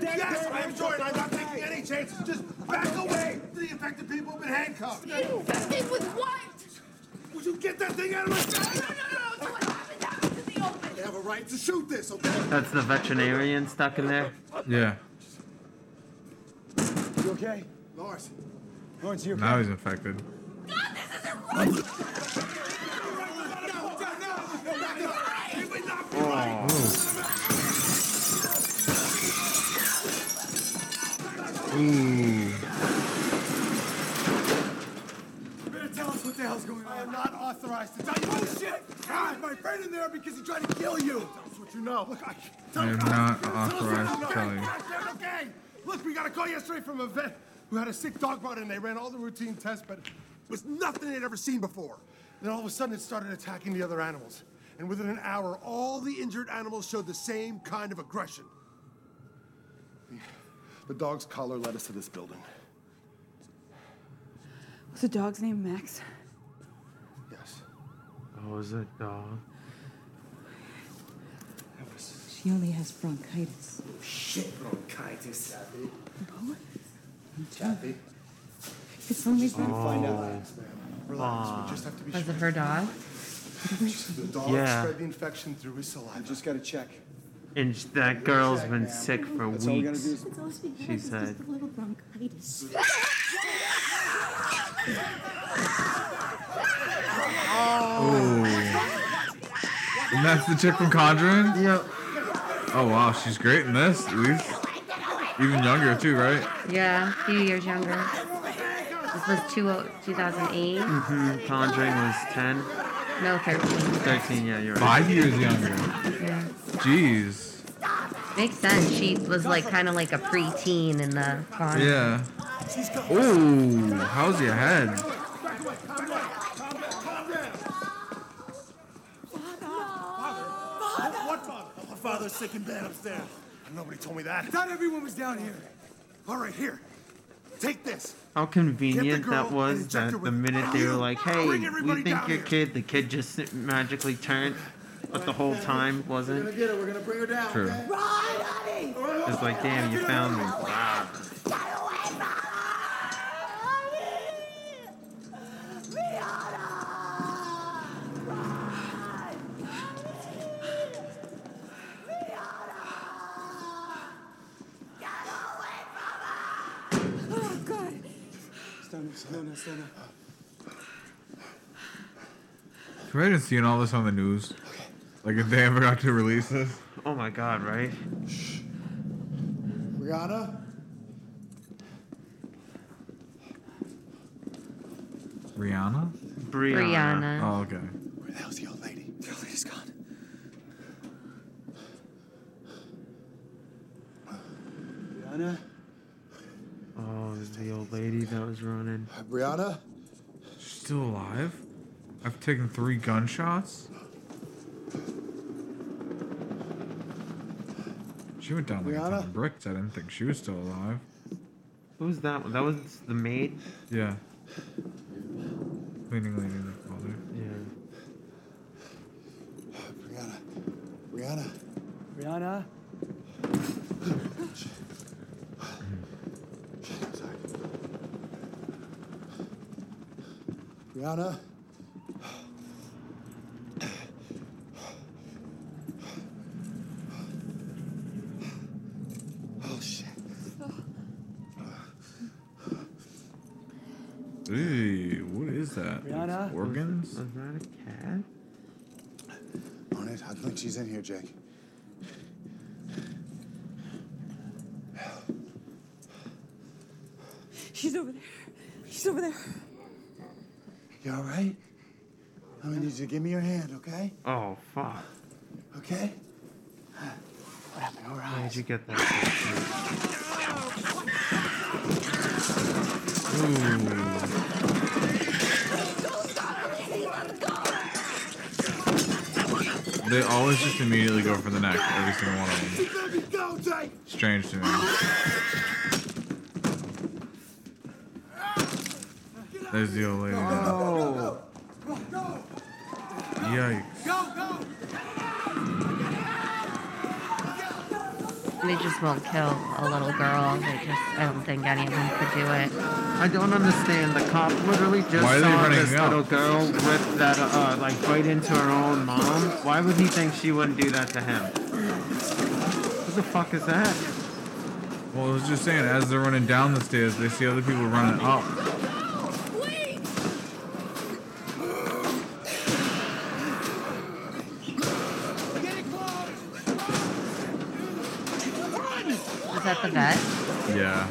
Yes, I'm joined. I'm not taking any chances. Just back away. The infected people have been handcuffed. Infected with what? Would you get that thing out of my bag? No, no, no, no. It's what happened out in the open. They have a right to shoot this, okay? That's the veterinarian stuck in there. Yeah. You okay? Lars. Lawrence, you okay? Now he's infected. Ooh. You better tell us what the hell's going on. I am not authorized to tell you. Oh, shit! God, my friend in there because he tried to kill you. Tell us what you know. Look, I... I am not authorized to tell you. Goddamn, okay. Look, we got a call yesterday from a vet who had a sick dog brought in. They ran all the routine tests, but It was nothing they'd ever seen before. Then all of a sudden, it started attacking the other animals. And within an hour, all the injured animals showed the same kind of aggression. The- The dog's collar led us to this building. Was the dog's name Max? Yes. Oh, is it dog? She only has bronchitis. Shit, bronchitis. Kathy. No. Kathy. It's only been Find out. Relax, man. Oh. Relax. Aw. We just have to be Was sure. it her dog? The dog Yeah. spread the infection through his saliva. You just gotta check. And sh- that girl's been sick for That's all we gotta do weeks. is- It's all she has. She is said. just a little (laughs) bronchitis. Oh. And that's the chick from Conjuring? Yep. Oh, wow. She's great in this. At least. Even younger, too, right? Yeah, a few years younger. This was two, 2008. hmm Conjuring was 10. No, 13. 13, yeah, you're right. Five years younger. Yeah. Jeez. Makes sense. She was like kind of like a preteen in the con. Yeah. Oh, how's your head? Father! What father? Oh, my father's sick and bad upstairs. Nobody told me that. Not everyone was down here. All right, here. Take this. How convenient that girl and was inject that her the minute they were like, hey, Bring we everybody think down your here." kid, the kid just magically turned, but the whole time wasn't. get her. We're gonna bring her down. True. okay? It's like, damn, you found me. Wow. Oh, God. Stand up, stand up, stand up. Can you imagine seeing all this on the news? Like if they ever got to release this? Oh my god, right? Brianna? Rihanna? Brianna. Oh, okay. Where the hell's the old lady? The old lady's gone. Brianna? Oh, it was the old lady that was running. Brianna? She's still alive? I've taken three gunshots? She went down like a ton of bricks. I didn't think she was still alive. Who was that one? That was the maid? Yeah. Cleaning lady, they called her. Yeah. Brianna? Brianna? Rihanna? Brianna? Oh, shit. Eee, what is that? Rihanna? Organs? Was that a cat? On it. I don't think she's in here, Jake. She's over there. She's over there. You all right? I'm gonna need you to give me your hand, okay? Oh, fuck. Okay? What happened? All Why right. did you get (sighs) that? They always just immediately go for the neck, every single one of them. Let me go, Jake. Strange to me. There's the old lady. Oh. Yikes. Go, go. They just won't kill a little girl. They just, I don't think any of them could do it. I don't understand. The cop literally just Why are they saw running this out? little girl rip that, uh, like, right into her own mom. Why would he think she wouldn't do that to him? What the fuck is that? Well, I was just saying, as they're running down the stairs, they see other people running up. Was that the vet? Yeah.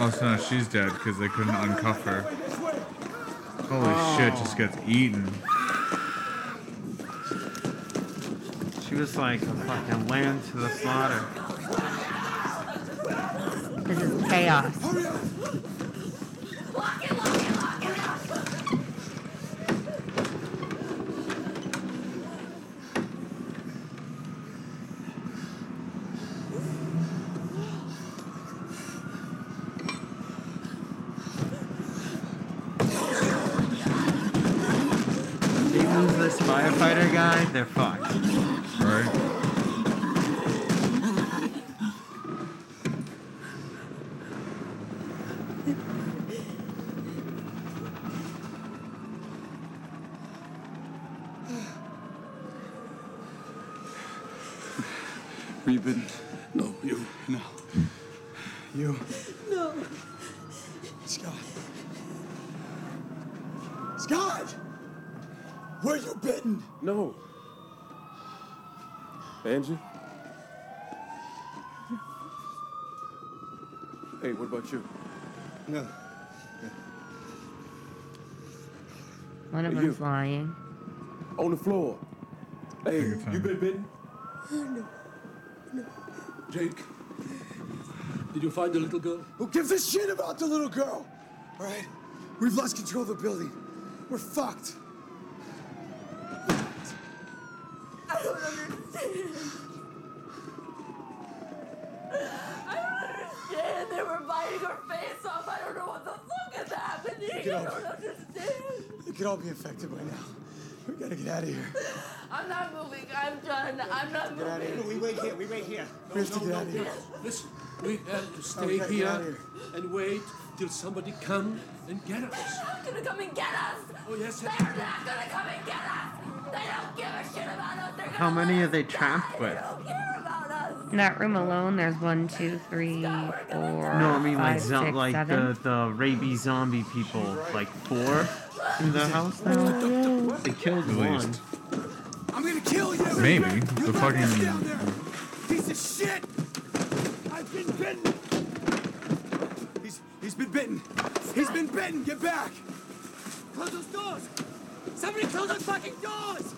Oh, so now she's dead because they couldn't uncuff her. Holy shit, just gets eaten. She was like a fucking lamb to the slaughter. This is chaos. They lose this firefighter guy, they're fucked. Right. Reuben. No, you. No. You. No. Scott. Scott! Were you bitten? No. Angie? Hey, what about you? No. One of You. them's lying. On the floor. Hey, you been bitten? No. Jake, did you find the little girl? Who gives a shit about the little girl? All right? We've lost control of the building. We're fucked. I don't understand. I don't understand. They were biting her face off. I don't know what the fuck is happening. Get I over don't it. understand. It could all be infected by now. We gotta get out of here. I'm not moving. I'm done. I'm not Get outta moving. here. We wait here. We wait here. We have to get out of here. Listen, we have to Oh, we stay gotta get out of here here. and wait till somebody come and get us. They're not gonna come and get us. Oh yes. They're not gonna come and get us. They don't give a shit about us. They're gonna How many are they trapped with? In that room alone, there's one, two, three, four. No, I mean like five, zo- six, like seven. the the rabies zombie people, like four in the house now. They killed At one. least. I'm gonna kill you! Maybe. The fucking. Piece of shit! I've been bitten! He's he's been bitten! He's been bitten! Get back! Close those doors! Somebody close those fucking doors!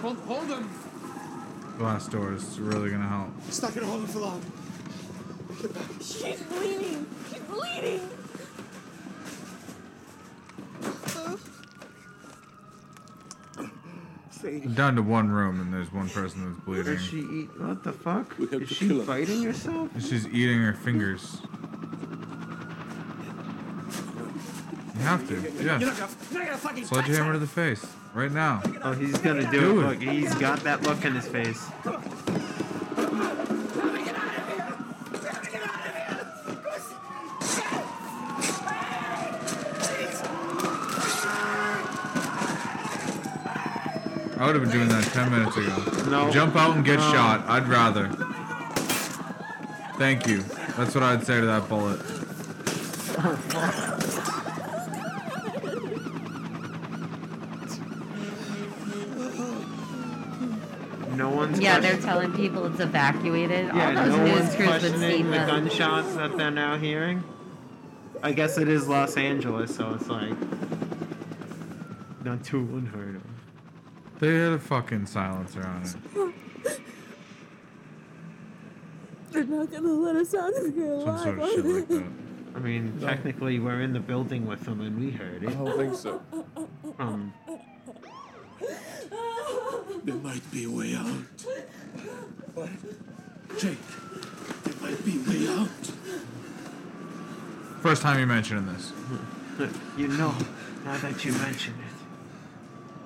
Hold, hold him! Glass doors is really gonna help. It's not gonna hold him for long. Get back. She's bleeding! She's bleeding! We're down to one room and there's one person that's bleeding. Does she eat? What the fuck? Is she biting herself? She's eating her fingers. You have to. You're not Yeah. gonna- You're not gonna fucking Sledgehammer to the face. Right now. Oh, he's gonna do, it. Look, he's got that look in his face. I would have been doing that 10 minutes ago. No. Jump out and get No. shot. I'd rather. Thank you. That's what I'd say to that bullet. No one's. Yeah, question- they're telling people it's evacuated. Yeah, All those no news one's crews would see questioning the them. gunshots that they're now hearing. I guess it is Los Angeles, so it's like not too unheard of. They had a fucking silencer on it. They're not gonna let us out of here alive. sort of are shit they? like I mean, technically, we're in the building with them, and we heard it. I don't think so. Um, There might be a way out. What? Jake, there might be a way out. First time you're mentioning this. you know, now that you mention it.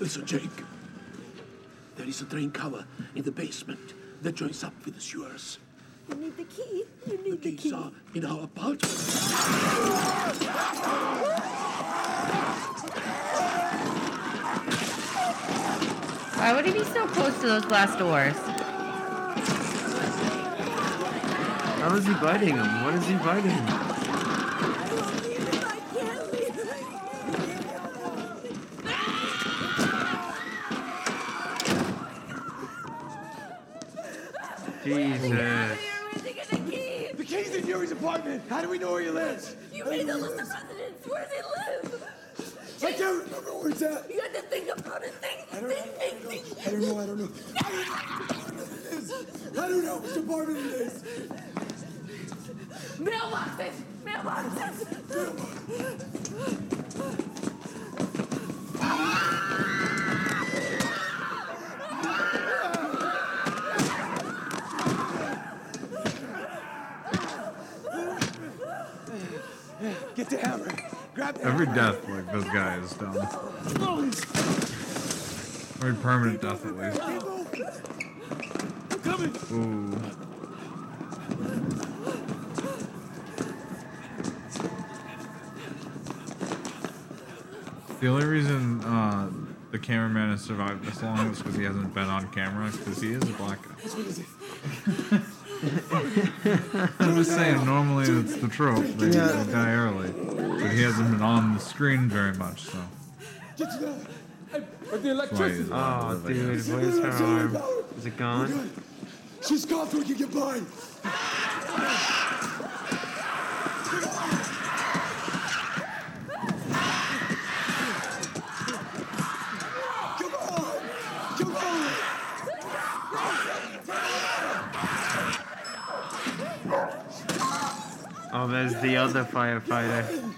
Listen, Jake. There is a drain cover in the basement that joins up with the sewers. You need the key. You need the, Keys are in our apartment. Why would he be so close to those glass doors? How is he biting him? What is he biting him? I can't leave. Jesus. The key's in Yuri's apartment. How do we know where he lives? You made the list of residents. Where they live? I can't remember where it's at. You had to think about it. Think, think, think, think. I don't know. I don't know. I don't know which apartment it is. Mailboxes. Mailboxes. Get the hammer. Grab the Every hammer. death like this guy is dumb. Every permanent death at least. I'm coming. Ooh. The only reason uh, the cameraman has survived this long is because he hasn't been on camera. Because he is a black guy. (laughs) I'm just saying. Normally, it's the trope that Yeah. they die early, but he hasn't been on the screen very much. So Get to the. But the That's why he's electricity. not Oh, living. dude, where's her arm? Is it gone? She's gone. We can get by. Come on. Come on. Oh, there's the other firefighter.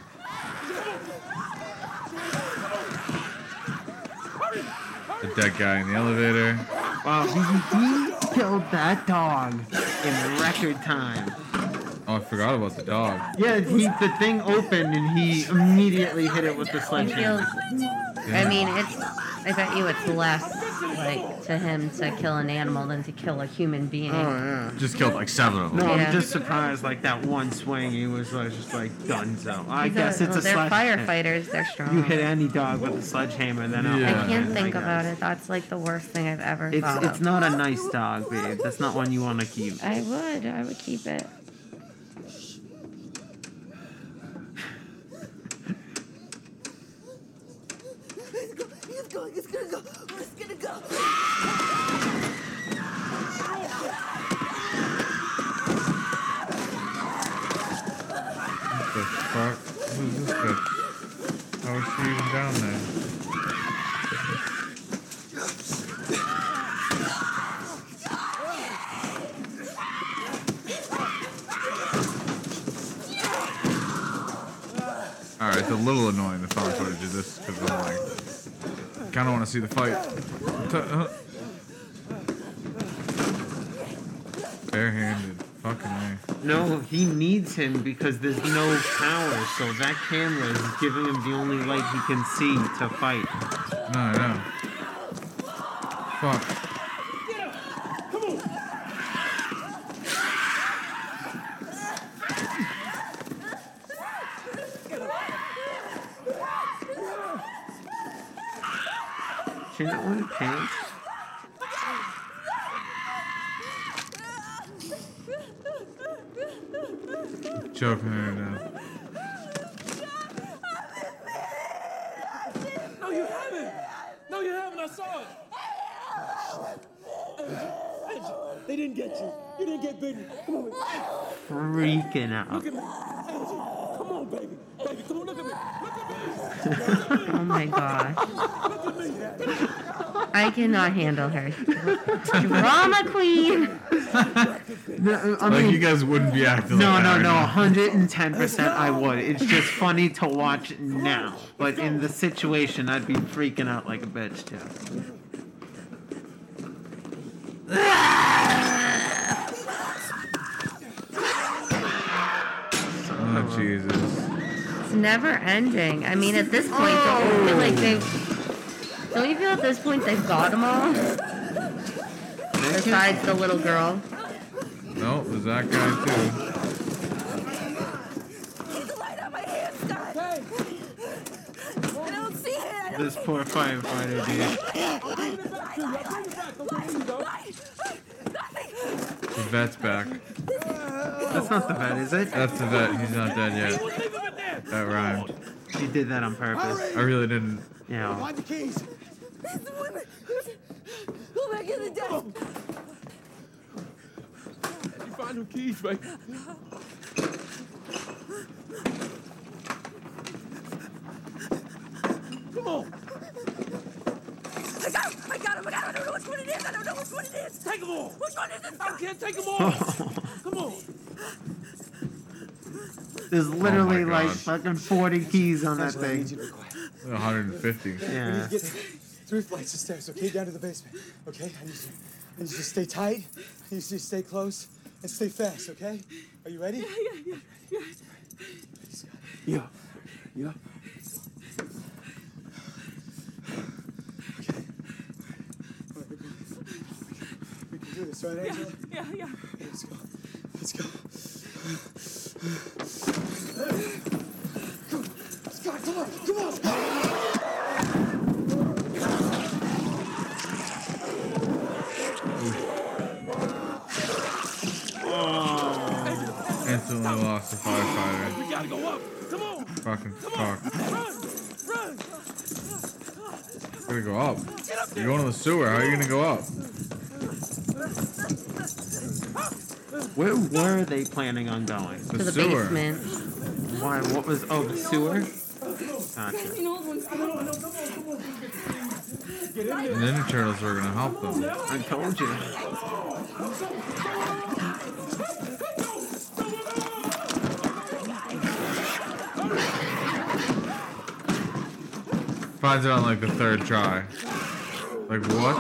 The dead guy in the elevator. Wow, he, he killed that dog in record time. Oh, I forgot about the dog. Yeah, he, the thing opened and he immediately hit it with the It feels. sledgehammer. I mean, it's. I bet you it's less like to him to kill an animal than to kill a human being. Oh, Just killed like seven of them. No, Yeah. I'm just surprised. Like that one swing, he was like, just like dunzo. I He's guess it's well, a They're sledgehammer. firefighters. They're strong. You hit any dog with a sledgehammer, then I'll- I can't think I about it. That's like the worst thing I've ever guess. thought It's it's of. not a nice dog, babe. That's not one you want to keep. I would. I would keep (laughs) it. It's going. It's gonna go. It's gonna go. What the fuck? Who's this bitch? How is she even down there? All right, it's a little annoying the fox wanted to do this because I'm like, kind of want to see the fight. T- uh. Barehanded, fucking a. No, he needs him because there's no power, so that camera is giving him the only light he can see to fight. No, no. Fuck. She not wearing pants. Choking her down. No, you haven't. No, you haven't. I saw it. Edge, They didn't get you. You didn't get bitten. Come on, Edge, Freaking out. look at me. Edge, Come on, baby. Baby, come on, look at me. Oh my gosh. I cannot handle her. Drama queen. No, I like mean- you guys wouldn't be acting No, like no, that no, right hundred and ten percent. I would. It's just funny to (laughs) watch now, but in the situation, I'd be freaking out like a bitch too. now. Oh Jesus! It's never ending. I mean, at this point, don't you feel like they? Don't you feel at this point they've got them all? Besides the little girl. No, there's that guy too. Hey. I don't see it. I don't This poor firefighter dude. I'll bring it back to you. I'll bring it back. Don't worry, you go. The vet's back. That's not the vet, is it? That's the vet. He's not dead yet. That rhymed. He did that on purpose. I really didn't. Yeah. the keys. It's the women. Go back in the desk. Find them keys, mate. Come on! I got him! I got him! I got him! I don't know which one it is! I don't know which one it is! Take them all! Which one is it? I can't take them all! Come on! There's literally Oh God. like fucking 40 keys on that Angela, I need thing. you to be 150. Yeah. We need to get (laughs) three flights of stairs, okay? Down to the basement, okay? I need you, I need you to stay tight. I need you to stay close and stay fast, okay? Are you ready? Yeah, yeah, yeah. Yeah. Yeah. We can do this, right, Yeah, Angela? yeah, yeah. Let's go. Let's go. Scott, come on! Come on, Scott! Instantly lost the firefighter. We gotta go up! Come on! Fucking fuck. Run! Gotta go up. You're going to the sewer. How are you gonna go up? Where were they planning on going? The To the sewer. basement. Why? What was? Oh, the sewer. Gotcha. Cassie knows when Come on, come on, come on. Get in The Ninja Turtles were gonna help them. I told you. Finds out like the third try. Like what?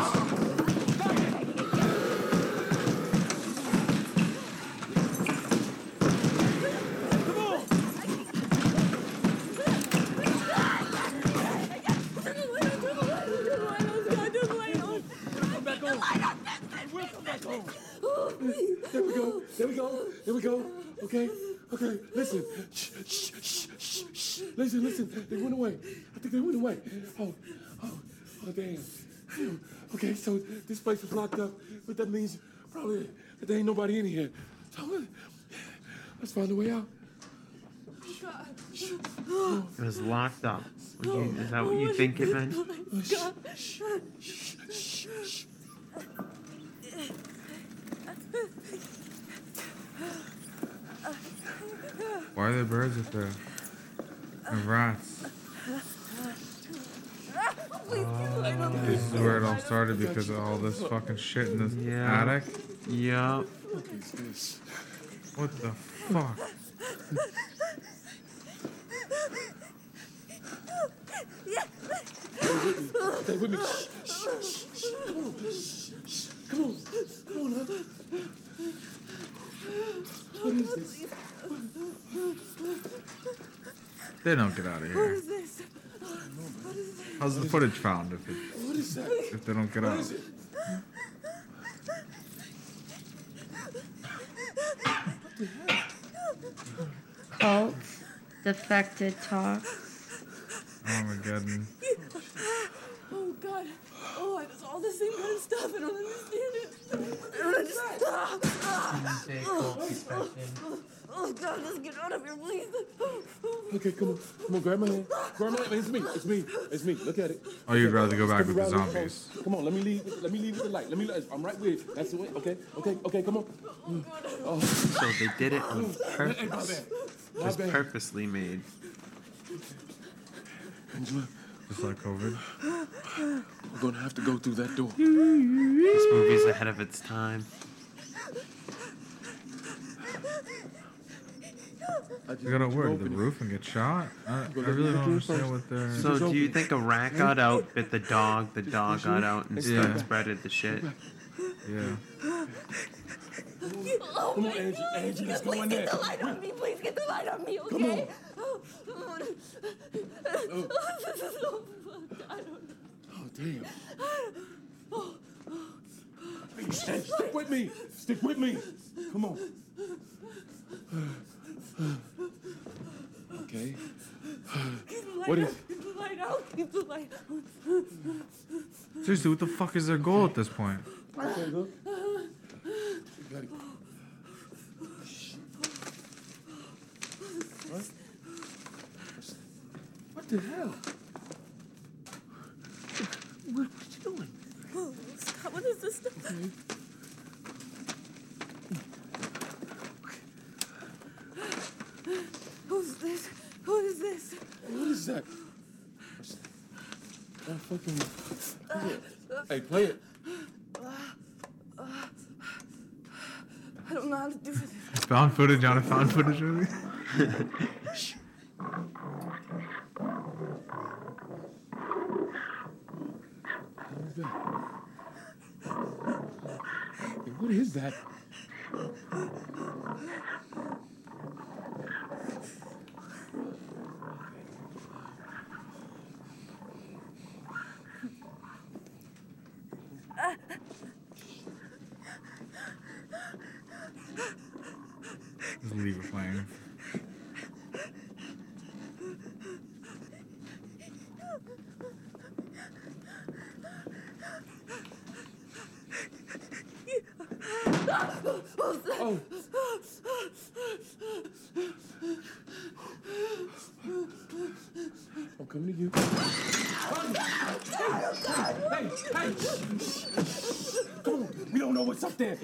There we go. There we go. There we go. Okay. Okay. Listen. Shh. Shh. Shh. Shh. Shh. Listen. Listen. They went away. I think they went away. Oh. Oh. Oh. Damn. Damn. Okay. So this place is locked up, but that means probably that there ain't nobody in here. So uh, let's find a way out. It was locked up. Is that what you think it meant? Why are there birds up there? And rats. This is where it all started because of all this fucking shit in this Yeah. attic. Yup. What the fuck? Stay with me. Shh. Shh. Shh. Come on. Shh. Shh. Come on. Come on. Huh? What is this? They don't get out of here. this? How's the footage found if, it, What is that? if they don't get What out? is it? Cult. Defected talk. Oh my god. Oh God. Oh, it's all the same kind of stuff. I don't understand it. I don't understand. Ah, ah. Say cult Oh, oh, oh God, let's get out of here, please. Okay, come on. Come on, grab my hand. Grab my hand. It's me. It's me. It's me. Look at it. Oh, you'd rather go back Come with the around me. zombies. Come on, let me leave. Let me leave with the light. Let me. I'm right with you. That's the way. Okay. Okay. Okay. Come on. Oh. So they did it on Hey, my purpose. bad. It My was bad. purposely made. Just like COVID. We're gonna have to go through that door. This movie's ahead of its time. You gotta worry, the roof and get shot? I, I really don't understand what they're. So do you think a rat got out, bit the dog, the dog got out, and Yeah. started spreaded the shit? Yeah. Come on, Angie. Angie, let's go Please in there. get the light on me. Please get the light on me, okay? Come on. Oh, oh, oh. This is so fucked. I don't know. Oh damn. Oh, Hey, Stick with me. Stick with me. Come on. Okay. keep the light What out. is- Keep the light out. Keep the light out. Seriously, what the fuck is their goal at this point? Okay, look. You gotta- What? What the hell? What, what you doing? Oh, Scott, what is this stuff? that? What's that? Oh, fucking. Hey, play it. I don't know how to do it. Found footage on a found (laughs) footage movie. Hey, What is that? Just leave it playing. Oh. I'm coming to you. Hey, hey! Come on, we don't know what's up there.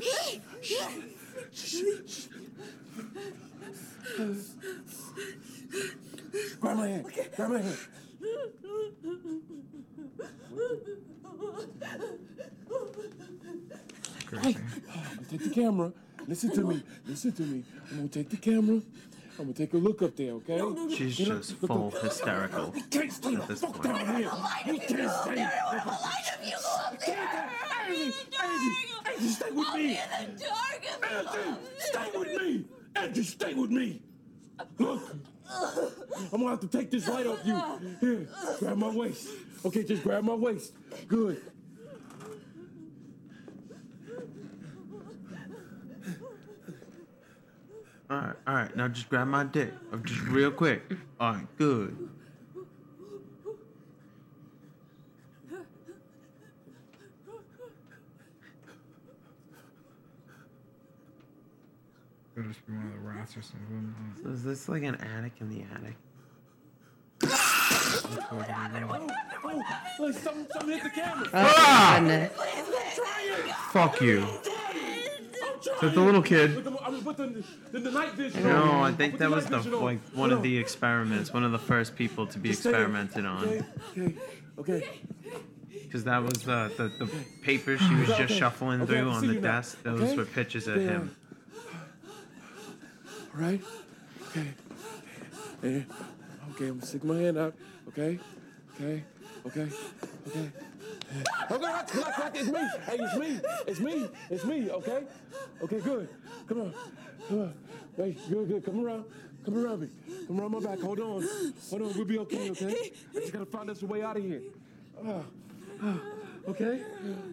Grab my hand. Grab my hand. Hey, I'm gonna take the camera. Listen to me. Listen to me. I'm gonna take the camera. I'm gonna take a look up there, okay? She's Get up, just look full up. hysterical We can't stay at the this fuck point. down here. We you can't up stay. there. the I'm fuck- alive if you go up there. Angie, Angie, Angie, stay with I'll me. be in the dark if you go Angie, up stay with me. Angie, stay with me. Look, I'm gonna have to take this light off you. Here, grab my waist. Okay, just grab my waist. Good. All right, all right. Now just grab my dick, Uh, just real quick. All right, good. Could just be one of the rats or something. So is this like an attic in the attic? Like someone, someone hit the camera. Ah! goodness. Fuck you. Is that the little kid? Look, I'm, I'm gonna put the, the, the night vision on. No, I I'll think put that night was the vision on. like one of the experiments, one of the first people to be Just stay there. experimented Okay, on, okay, okay. because that was the, the the paper she was just Okay, shuffling okay, I through can on see the you now, desk. Those okay? were pictures of Yeah. him. All right? Okay. Hey, Okay, I'm gonna stick my hand out. Okay? Okay? Okay? Okay? Oh, God, look, look, it's me! Hey, it's me! It's me! It's me, okay? Okay, good. Come on. Come on. Wait, good, good. Come around. Come around me. Come around my back. Hold on. Hold on. We'll be okay, okay? I just gotta find us a way out of here. Ah, ah, (gasps) okay?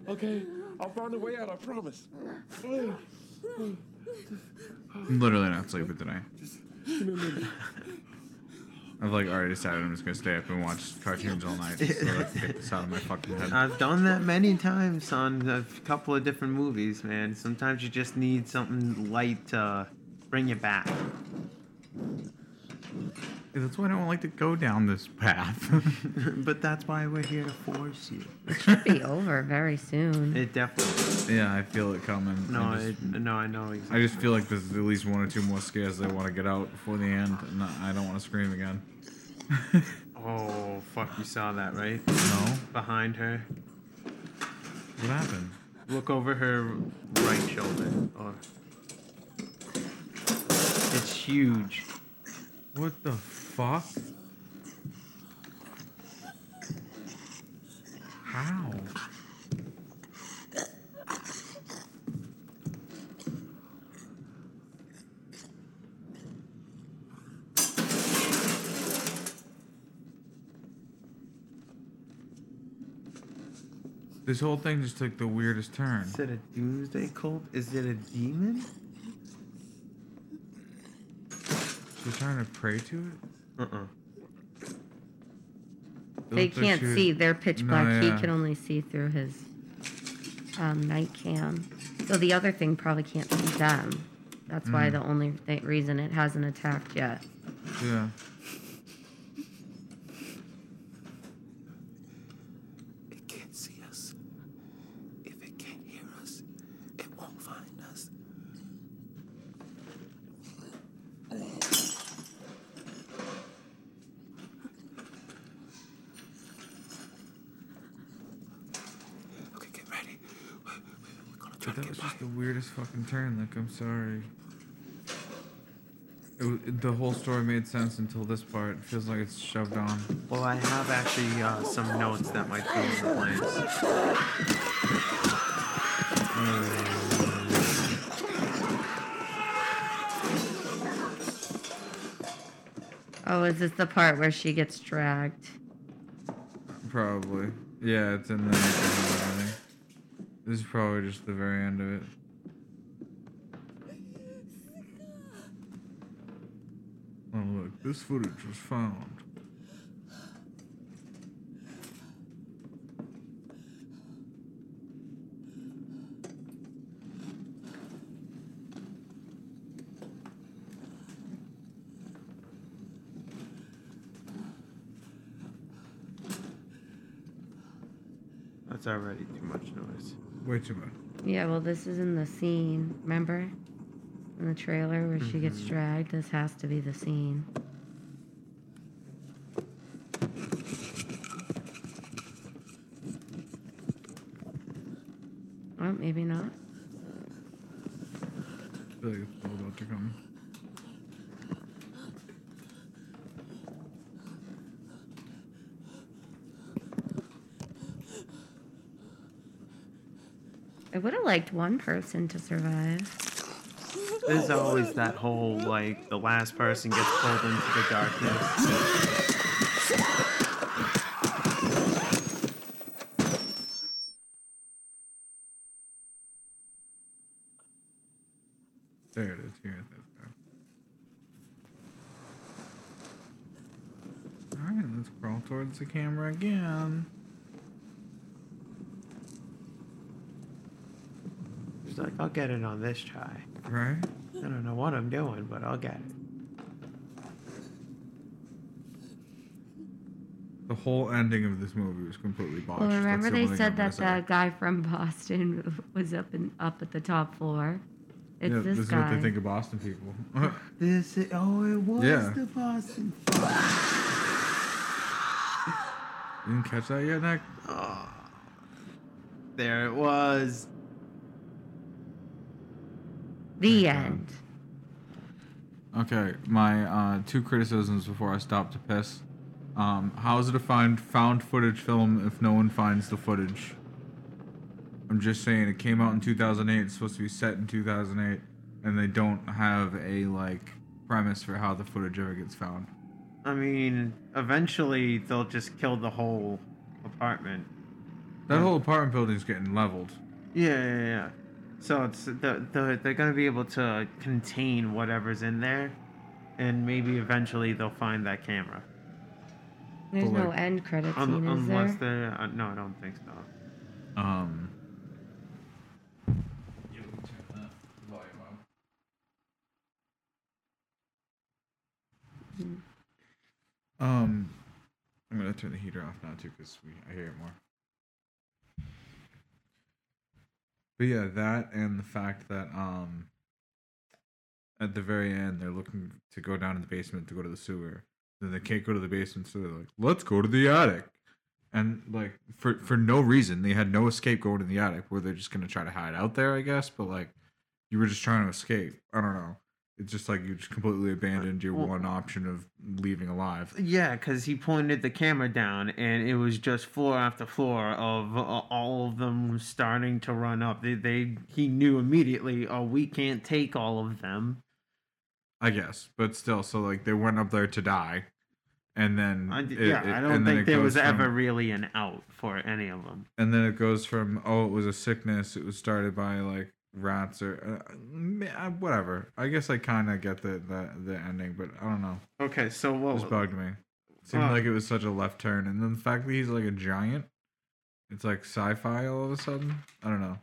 Okay. I'll find a way out, I promise. Ah, ah. I'm literally not sleeping tonight. Give me a minute. I've like already decided I'm just gonna stay up and watch cartoons all night. So let's get this out of my fucking (laughs) head. I've done that many times on a couple of different movies, man. Sometimes you just need something light to bring you back. That's why I don't like to go down this path. (laughs) but that's why we're here to force you. Should be over very soon. It definitely. yeah, I feel it coming. No, I I, just, no, I know I exactly. just feel like there's at least one or two more scares that I want to get out before the end, and I don't want to scream again. Oh fuck! You saw that, right? No. Behind her. What happened? Look over her right shoulder. Oh. It's huge. What the fuck? How? This whole thing just took the weirdest turn. Is it a doomsday cult? Is it a demon? She's trying to pray to it? Uh-uh. They can't see. They're pitch black. He can only see through his um, night cam. So the other thing probably can't see them. That's why Mm. the only th- reason it hasn't attacked yet. Yeah. It can't see us. If it can't hear us, it won't find us. But that was just the weirdest fucking turn. Like, I'm sorry. It, wa- it- the whole story made sense until this part. It feels like it's shoved on. Well, I have actually uh, some notes that might fill in the blanks. Oh, is this the part where she gets dragged? Probably. Yeah, it's in the. I think. This is probably just the very end of it. Oh, look. This footage was found. That's already too much noise. Way too much. Yeah, well, this is in the scene. Remember? In the trailer where she gets Mm-hmm. Mhm. dragged. This has to be the scene. Well, maybe not. I feel like it's all about to come. I would have liked one person to survive. There's always that whole like the last person gets pulled into the darkness. There it is. Here it is. All right, let's crawl towards the camera again. She's like, I'll get it on this try. Right? I don't know what I'm doing, but I'll get it. The whole ending of this movie was completely botched. Well, Oh, That's remember the they only thing I'm said gonna that say. the guy from Boston (laughs) was up and up at the top floor. It's yeah, this, is guy. what they think of Boston people. This i- oh, it was Uh, Yeah. the Boston. You didn't catch that yet, Nick? Ah. There it was. The end. uh, Okay, my uh, two criticisms before I stop to piss. Um, how is it a find found footage film if no one finds the footage? I'm just saying it came out in 2008. It's supposed to be set in 2008, and they don't have a like premise for how the footage ever gets found. I mean, eventually they'll just kill the whole apartment. That whole apartment building's getting leveled. Yeah, yeah, yeah. So it's the, the they're gonna be able to contain whatever's in there, and maybe eventually they'll find that camera. There's But, no like, end credit un- scene, is unless there? there? Uh, no, I don't think so. Um. Um, I'm gonna turn the heater off now too, cause we I hear it more. But yeah, that and the fact that um, at the very end they're looking to go down in the basement to go to the sewer. Then they can't go to the basement, so they're like, "Let's go to the attic," and like for for no reason they had no escape going to the attic. Were they just gonna try to hide out there? I guess, but like you were just trying to escape. I don't know. It's just like you just completely abandoned your Well- one option of leaving alive. Yeah, because he pointed the camera down, and it was just floor after floor of uh, all of them starting to run up. They, they he knew immediately. Oh, we can't take all of them. I guess, but still, so like they went up there to die, and then I d it- yeah, it- I and don't then think it there was goes from- ever really an out for any of them. And then it goes from oh, it was a sickness. It was started by like rats or uh, ma- uh, whatever. I guess I kind of get the, the the ending, but I don't know. Okay, so what? This bugged me. Seemed Uh. like it was such a left turn, and then the fact that he's like a giant, it's like sci-fi all of a sudden. I don't know.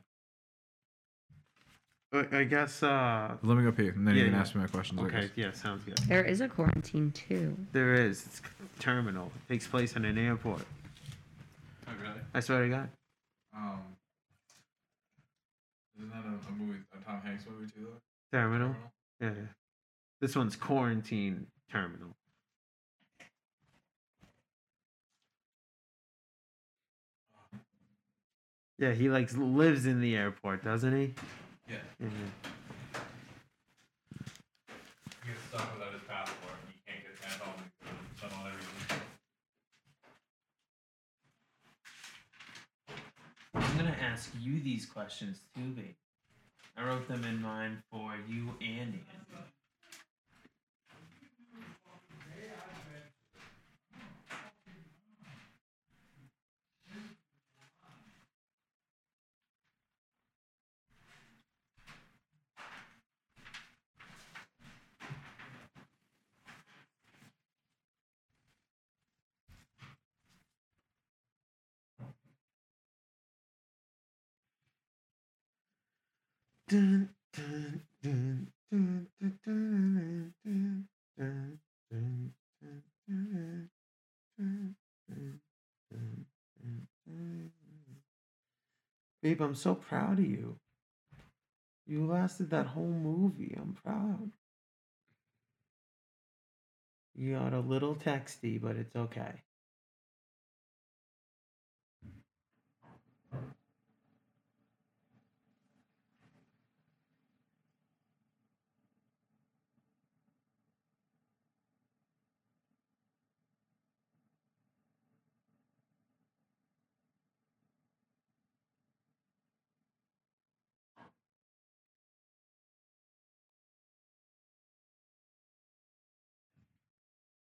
I I guess. uh Let me go pee, and then you yeah, can yeah. ask me my questions. Okay, later. yeah, sounds good. There is a quarantine too. There is. It's terminal. It takes place in an airport. Oh, really? I swear to God. Um, isn't that a, a movie, a Tom Hanks movie too? Though? Terminal. Yeah. yeah. This one's quarantine terminal. Yeah, he like lives in the airport, doesn't he? Yeah. Mhm. He gets stuck without his passport. He can't get back home. He's done all everything. I'm gonna ask you these questions too, babe. I wrote them in mind for you and Andy. Dun, dun, dun, dun, dun, dun, dun, dun, dun, dun, dun, dun, dun, dun, dun, dun. Babe, I'm so proud of you. You lasted that whole movie. I'm proud. You got a little texty, but it's okay.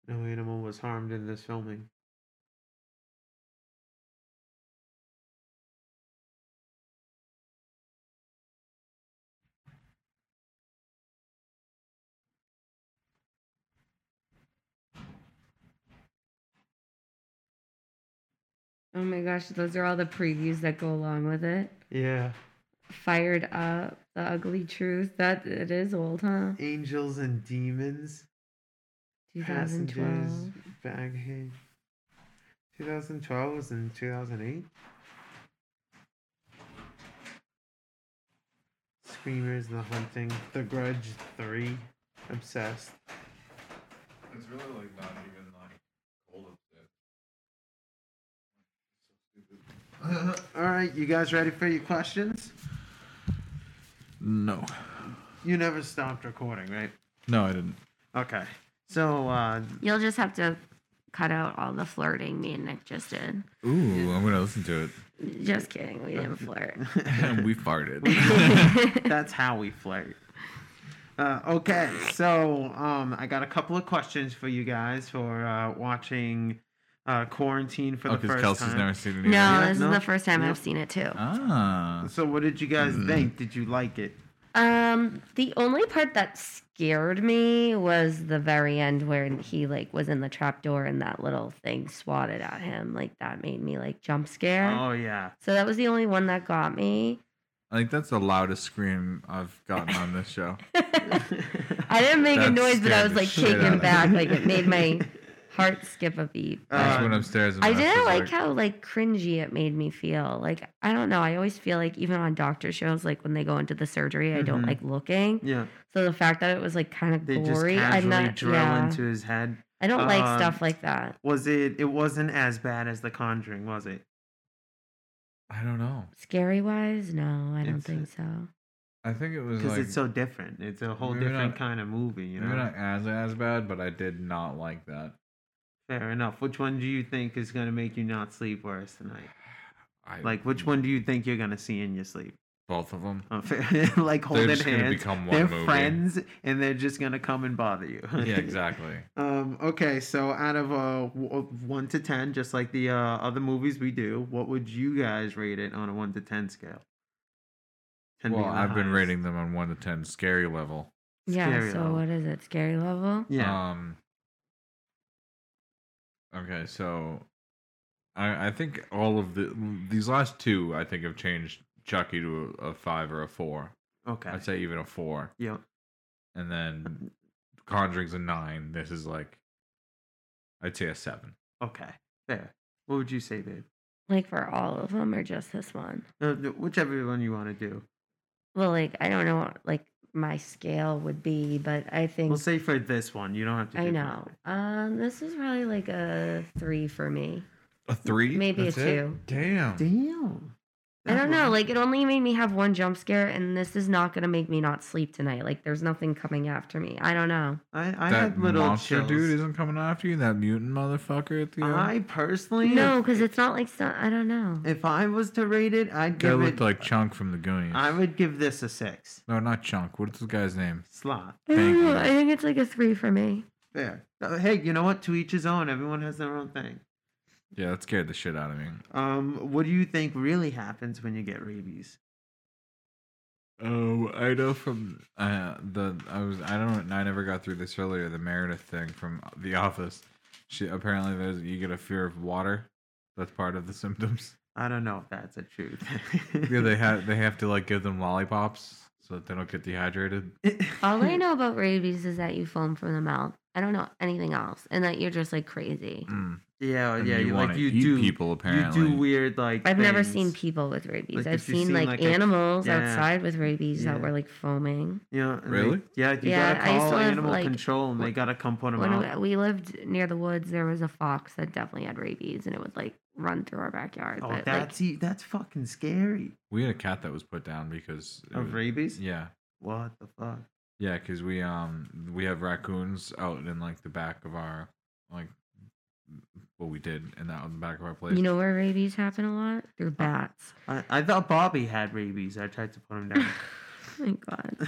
No animal was harmed in this filming. Oh my gosh, those are all the previews that go along with it. Yeah. Fired up, the ugly truth. That it is old, huh? Angels and demons. 2012. Baggage. 2012 was in 2008. Screamers, The Hunting, The Grudge 3, Obsessed. It's really like not even like cold (laughs) All right, you guys ready for your questions? No. You never stopped recording, right? No, I didn't. Okay. So, uh, You'll just have to cut out all the flirting me and Nick just did. Ooh, I'm gonna listen to Just kidding, we didn't flirt. it. (laughs) we farted. (laughs) That's how we flirt. Uh, okay, so um, I got a couple of questions for you guys for uh, watching uh, Quarantine for Oh, the 'cause first Kelsey's time. never seen it No, this is the first time I've seen it too. Ah. Mm. So, what did you guys think? Did you like it? Um, the only part that scared me was the very end where he like was in the trapdoor and that little thing swatted at him. Like that made me like jump scare. Oh, yeah. So that was the only one that got me. I think that's the loudest scream I've gotten on this show. I didn't make a That noise, but I scared was the like shit out of taken me. back. Like it made my heart skip a beat. I just but- went upstairs and I my didn't sister's like like- how like cringy it made me feel. Like I don't know. I always feel like even on doctor shows, like when they go into the surgery, I don't Mm-hmm. Mhm. like looking. Yeah. So the fact that it was like kind of They just gory, I'm casually not. drill yeah. into his head. I don't like Um, stuff like that. Was it? It wasn't as bad as The Conjuring, was it? I don't know. Scary wise, no, I don't It's- think so. I think it was Because like it's so different. It's a whole Maybe different not- kind of movie. You know. maybe not as as bad, but I did not like that. Fair enough. Which one do you think is gonna make you not sleep worse tonight? like, which one do you think you're gonna see in your sleep? Both of them. Uh, fair- (laughs) like They're holding just gonna hands. become one they're movie. friends, and they're just gonna come and bother you. (laughs) yeah, exactly. Um, okay, so out of uh, w- of one to ten, just like the uh, other movies we do, what would you guys rate it on a one to ten scale? 10 Well, being the I've been highest. rating them on one to ten scary level. Yeah. Scary so level. what is it? Scary level? Yeah. Um. Okay, so I I think all of the these last two I think have changed Chucky to a, a five or a four. Okay. I'd say even a four. Yeah. And then Conjuring's a nine. This is like I'd say a seven. Okay. Fair. What would you say, babe? Like for all of them or just this one? Uh, whichever one you want to do. Well, like I don't know, like my scale would be, but I think We'll say for this one. You don't have to. I do- know. Um, this is probably like a three for me. A three? Maybe a That's it? two. Damn. Damn. I don't know. Like, it only made me have one jump scare, and this is not going to make me not sleep tonight. Like, there's nothing coming after me. I don't know. I, I that had little monster chills. dude isn't coming after you. That mutant motherfucker at the end. I personally, No, because it's not like, so- I don't know. if I was to rate it, I'd Guy give it. looked like Chunk from the Goonies. I would give this a six. No, not Chunk. What's the guy's name? Sloth. I don't know. I think it's like a three for me. Fair. Uh, Hey, you know what? To each his own. Everyone has their own thing. Yeah, that scared the shit out of me. Um, what do you think really happens when you get rabies? Oh, I know from uh, the I was I don't I never got through this earlier the Meredith thing from The Office. She apparently there's you get a fear of water. That's part of the symptoms. I don't know if that's a truth. yeah, they have they have to like give them lollipops so that they don't get dehydrated. (laughs) All I know about rabies is that you foam from the mouth. I don't know anything else, and that you're just like crazy. Mm, Yeah, Hmm. And yeah. you You, like wanna you eat do people, You apparently. do weird like. I've never things. seen people with rabies. Like, I've if you've seen, seen, like, like, a- animals yeah. outside with rabies Yeah. that were like foaming. Yeah. and they- Really? yeah, you Yeah, gotta I used call to live, animal like, control, and they gotta come put them When out. we we lived near the woods, there was a fox that definitely had rabies, and it would like run through our backyard. Oh, but, like, that's e that's fucking scary. We had a cat that was put down because it Of was- rabies? Yeah, What the fuck? yeah, because we um we have raccoons out in like the back of our like what we did and out in the back of our place. you know where rabies happen a lot through Oh. bats. I, I thought Bobby had rabies. I tried to (laughs) put him down. Thank God.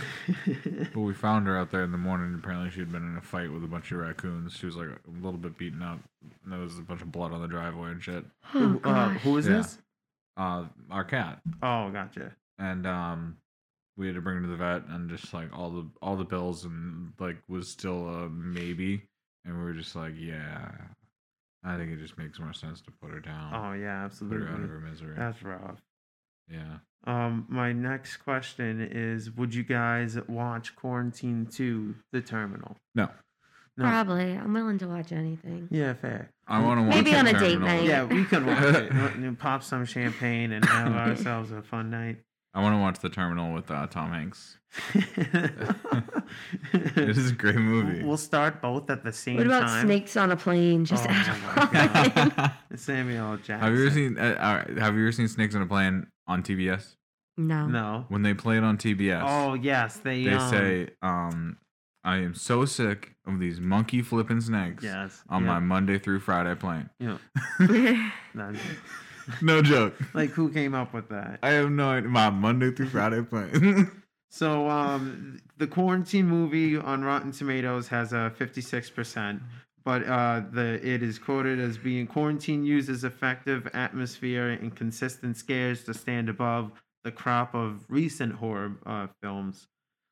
But we found her out there in the morning. Apparently, she had been in a fight with a bunch of raccoons. She was like a little bit beaten up. And there was a bunch of blood on the driveway and shit. Oh, Who- uh, who is this? Uh, our cat. Oh, gotcha. And um, we had to bring her to the vet, and just like all the all the bills, and like was still a maybe. And we were just like, yeah, I think it just makes more sense to put her down. Oh yeah, absolutely. Put her out of her misery. That's rough. yeah. Um, my next question is: Would you guys watch Quarantine Two: The Terminal? No. (laughs) No. Probably, I'm willing to watch anything. Yeah, fair. I wanna watch Maybe The on a date Terminal. night. Yeah, we can watch (laughs) it. We'll Pop some champagne and have ourselves a fun night. I want to watch The Terminal with uh, Tom (laughs) Hanks. it is a great movie. We'll start both at the same What about time. snakes on a plane? (laughs) Just Oh add (laughs) (laughs) them all in. Samuel L. Jackson. Have you ever seen? Uh, all right, have you ever seen Snakes on a Plane on TBS? No. No. When they play it on TBS, Oh yes, they. they um, say, um, "I am so sick of these monkey flipping snakes." Yes, On yeah. my Monday through Friday plane. Yeah. (laughs) (laughs) No, No joke. (laughs) like who came up with that? I have no idea. My (laughs) Monday through Friday plane. (laughs) (laughs) So um, the quarantine movie on Rotten Tomatoes has a fifty-six percent, but uh, the it is quoted as being quarantine uses effective atmosphere and consistent scares to stand above the crop of recent horror uh, films.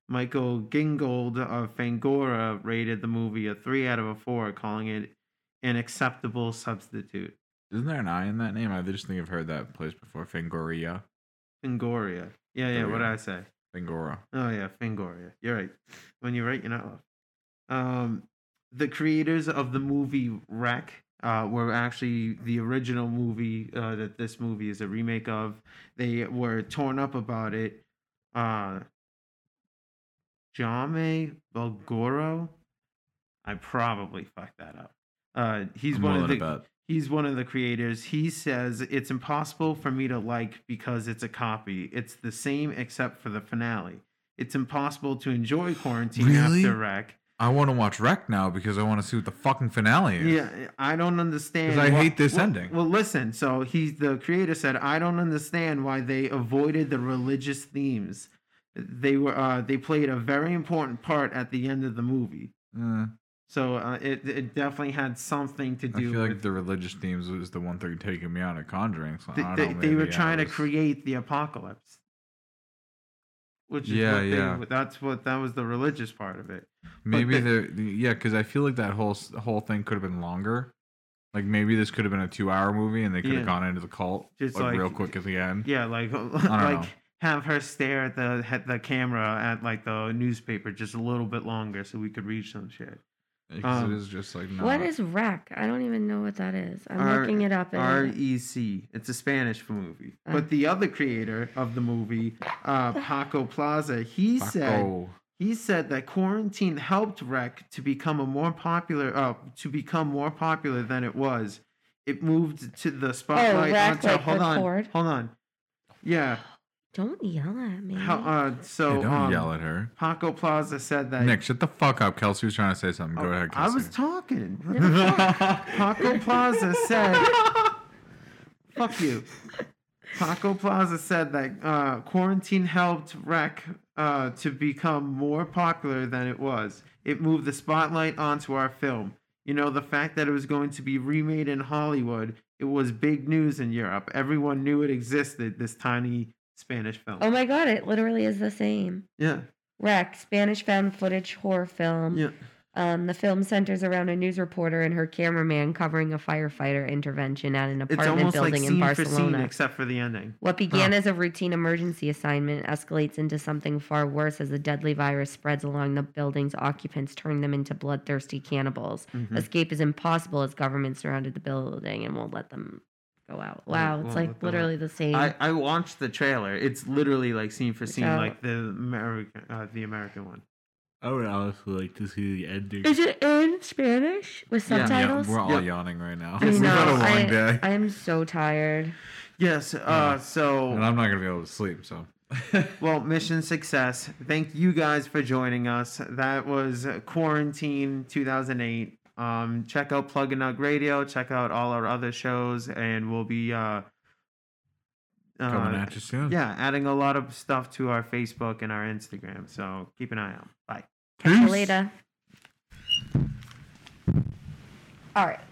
Michael Gingold of Fangora rated the movie a three out of a four, calling it an acceptable substitute. Isn't there an I in that name? I just think I've heard that place before. Fangoria. Fangoria. Yeah, yeah. There we What did go. I say? Fangora. Oh yeah, Fangoria. You're right. When you're right, you're not left. Um, the creators of the movie Wreck uh, were actually the original movie uh, that this movie is a remake of. They were torn up about it. Uh, Jame Belgoro. I probably fucked that up. Uh, he's I'm one of willing the to bet. he's one of the creators. He says it's impossible for me to like because it's a copy. It's the same except for the finale. It's impossible to enjoy quarantine Really? after wreck. I want to watch Wreck now because I want to see what the fucking finale is. Yeah, I don't understand. 'Cause I why- hate this well- ending. Well, listen. So he, the creator, said, "I don't understand why they avoided the religious themes. They were uh, they played a very important part at the end of the movie. Uh, So uh, it it definitely had something to I do feel with like the religious themes was the one thing taking me out of Conjuring. So They, I they, don't know, they were maybe I trying to was- create the apocalypse. Which is Yeah, what they- yeah. that's what that was the religious part of it. But Maybe the- the, the yeah, because I feel like that whole s- whole thing could have been longer. Like maybe this could have been a two hour movie, and they could Yeah. have gone into the cult Just like, like- real quick at the end. yeah, like (laughs) know. like have her stare at the at the camera at like the newspaper just a little bit longer so we could read some shit. 'Cause Um, it is (laughs) just like What not- is wreck? I don't even know what that is. I'm R- looking it up. eh? And REC. It's a Spanish movie. Oh. But the other creator of the movie, (laughs) uh, Paco Plaza, he said Paco. he said that quarantine helped Wreck to become a more popular uh, to become more popular than it was. It moved to the spotlight Wreck, onto Oh, like hold the on. cord? Hold on. Yeah. Don't yell at me. How, uh, so Hey, don't um, yell at her. Paco Plaza said that Nick, shut the fuck up. Kelsey was trying to say something. Go ahead, Oh, I Kelsey. (laughs) was talking. Paco Plaza said, "Fuck you." Paco Plaza said that uh, quarantine helped Rec uh, to become more popular than it was. It moved the spotlight onto our film. You know, the fact that it was going to be remade in Hollywood, it was big news in Europe. Everyone knew it existed. This tiny Spanish film. Oh my god, it literally is the same. Yeah. Wreck, Spanish found footage horror film. Yeah. Um, the film centers around a news reporter and her cameraman covering a firefighter intervention at an It's apartment almost building like in scene for Barcelona. scene, except for the ending. What began as a routine emergency assignment escalates into something far worse as the deadly virus spreads along the building's occupants, turning them into bloodthirsty cannibals. Mhm. Escape is impossible as government surrounded the building and won't let them go out. Wow, it's Well, what like the- literally the same. I, I watched the trailer. It's literally like scene for scene, out. like the American, uh, the American one. I would honestly like to see the ending. Is it in Spanish with Yeah. Yeah, subtitles? We're all Yep. yawning right now. (laughs) I know. I, I am so tired. Yes. Uh, so. And I'm not gonna be able to sleep. So. well, mission success. Thank you guys for joining us. That was Quarantine 2008. Um, check out Plug and Nug Radio. Check out all our other shows, and we'll be uh, Coming uh, at you soon. Yeah, adding a lot of stuff to our Facebook and our Instagram. So keep an eye out. Bye. Catch you later. All right.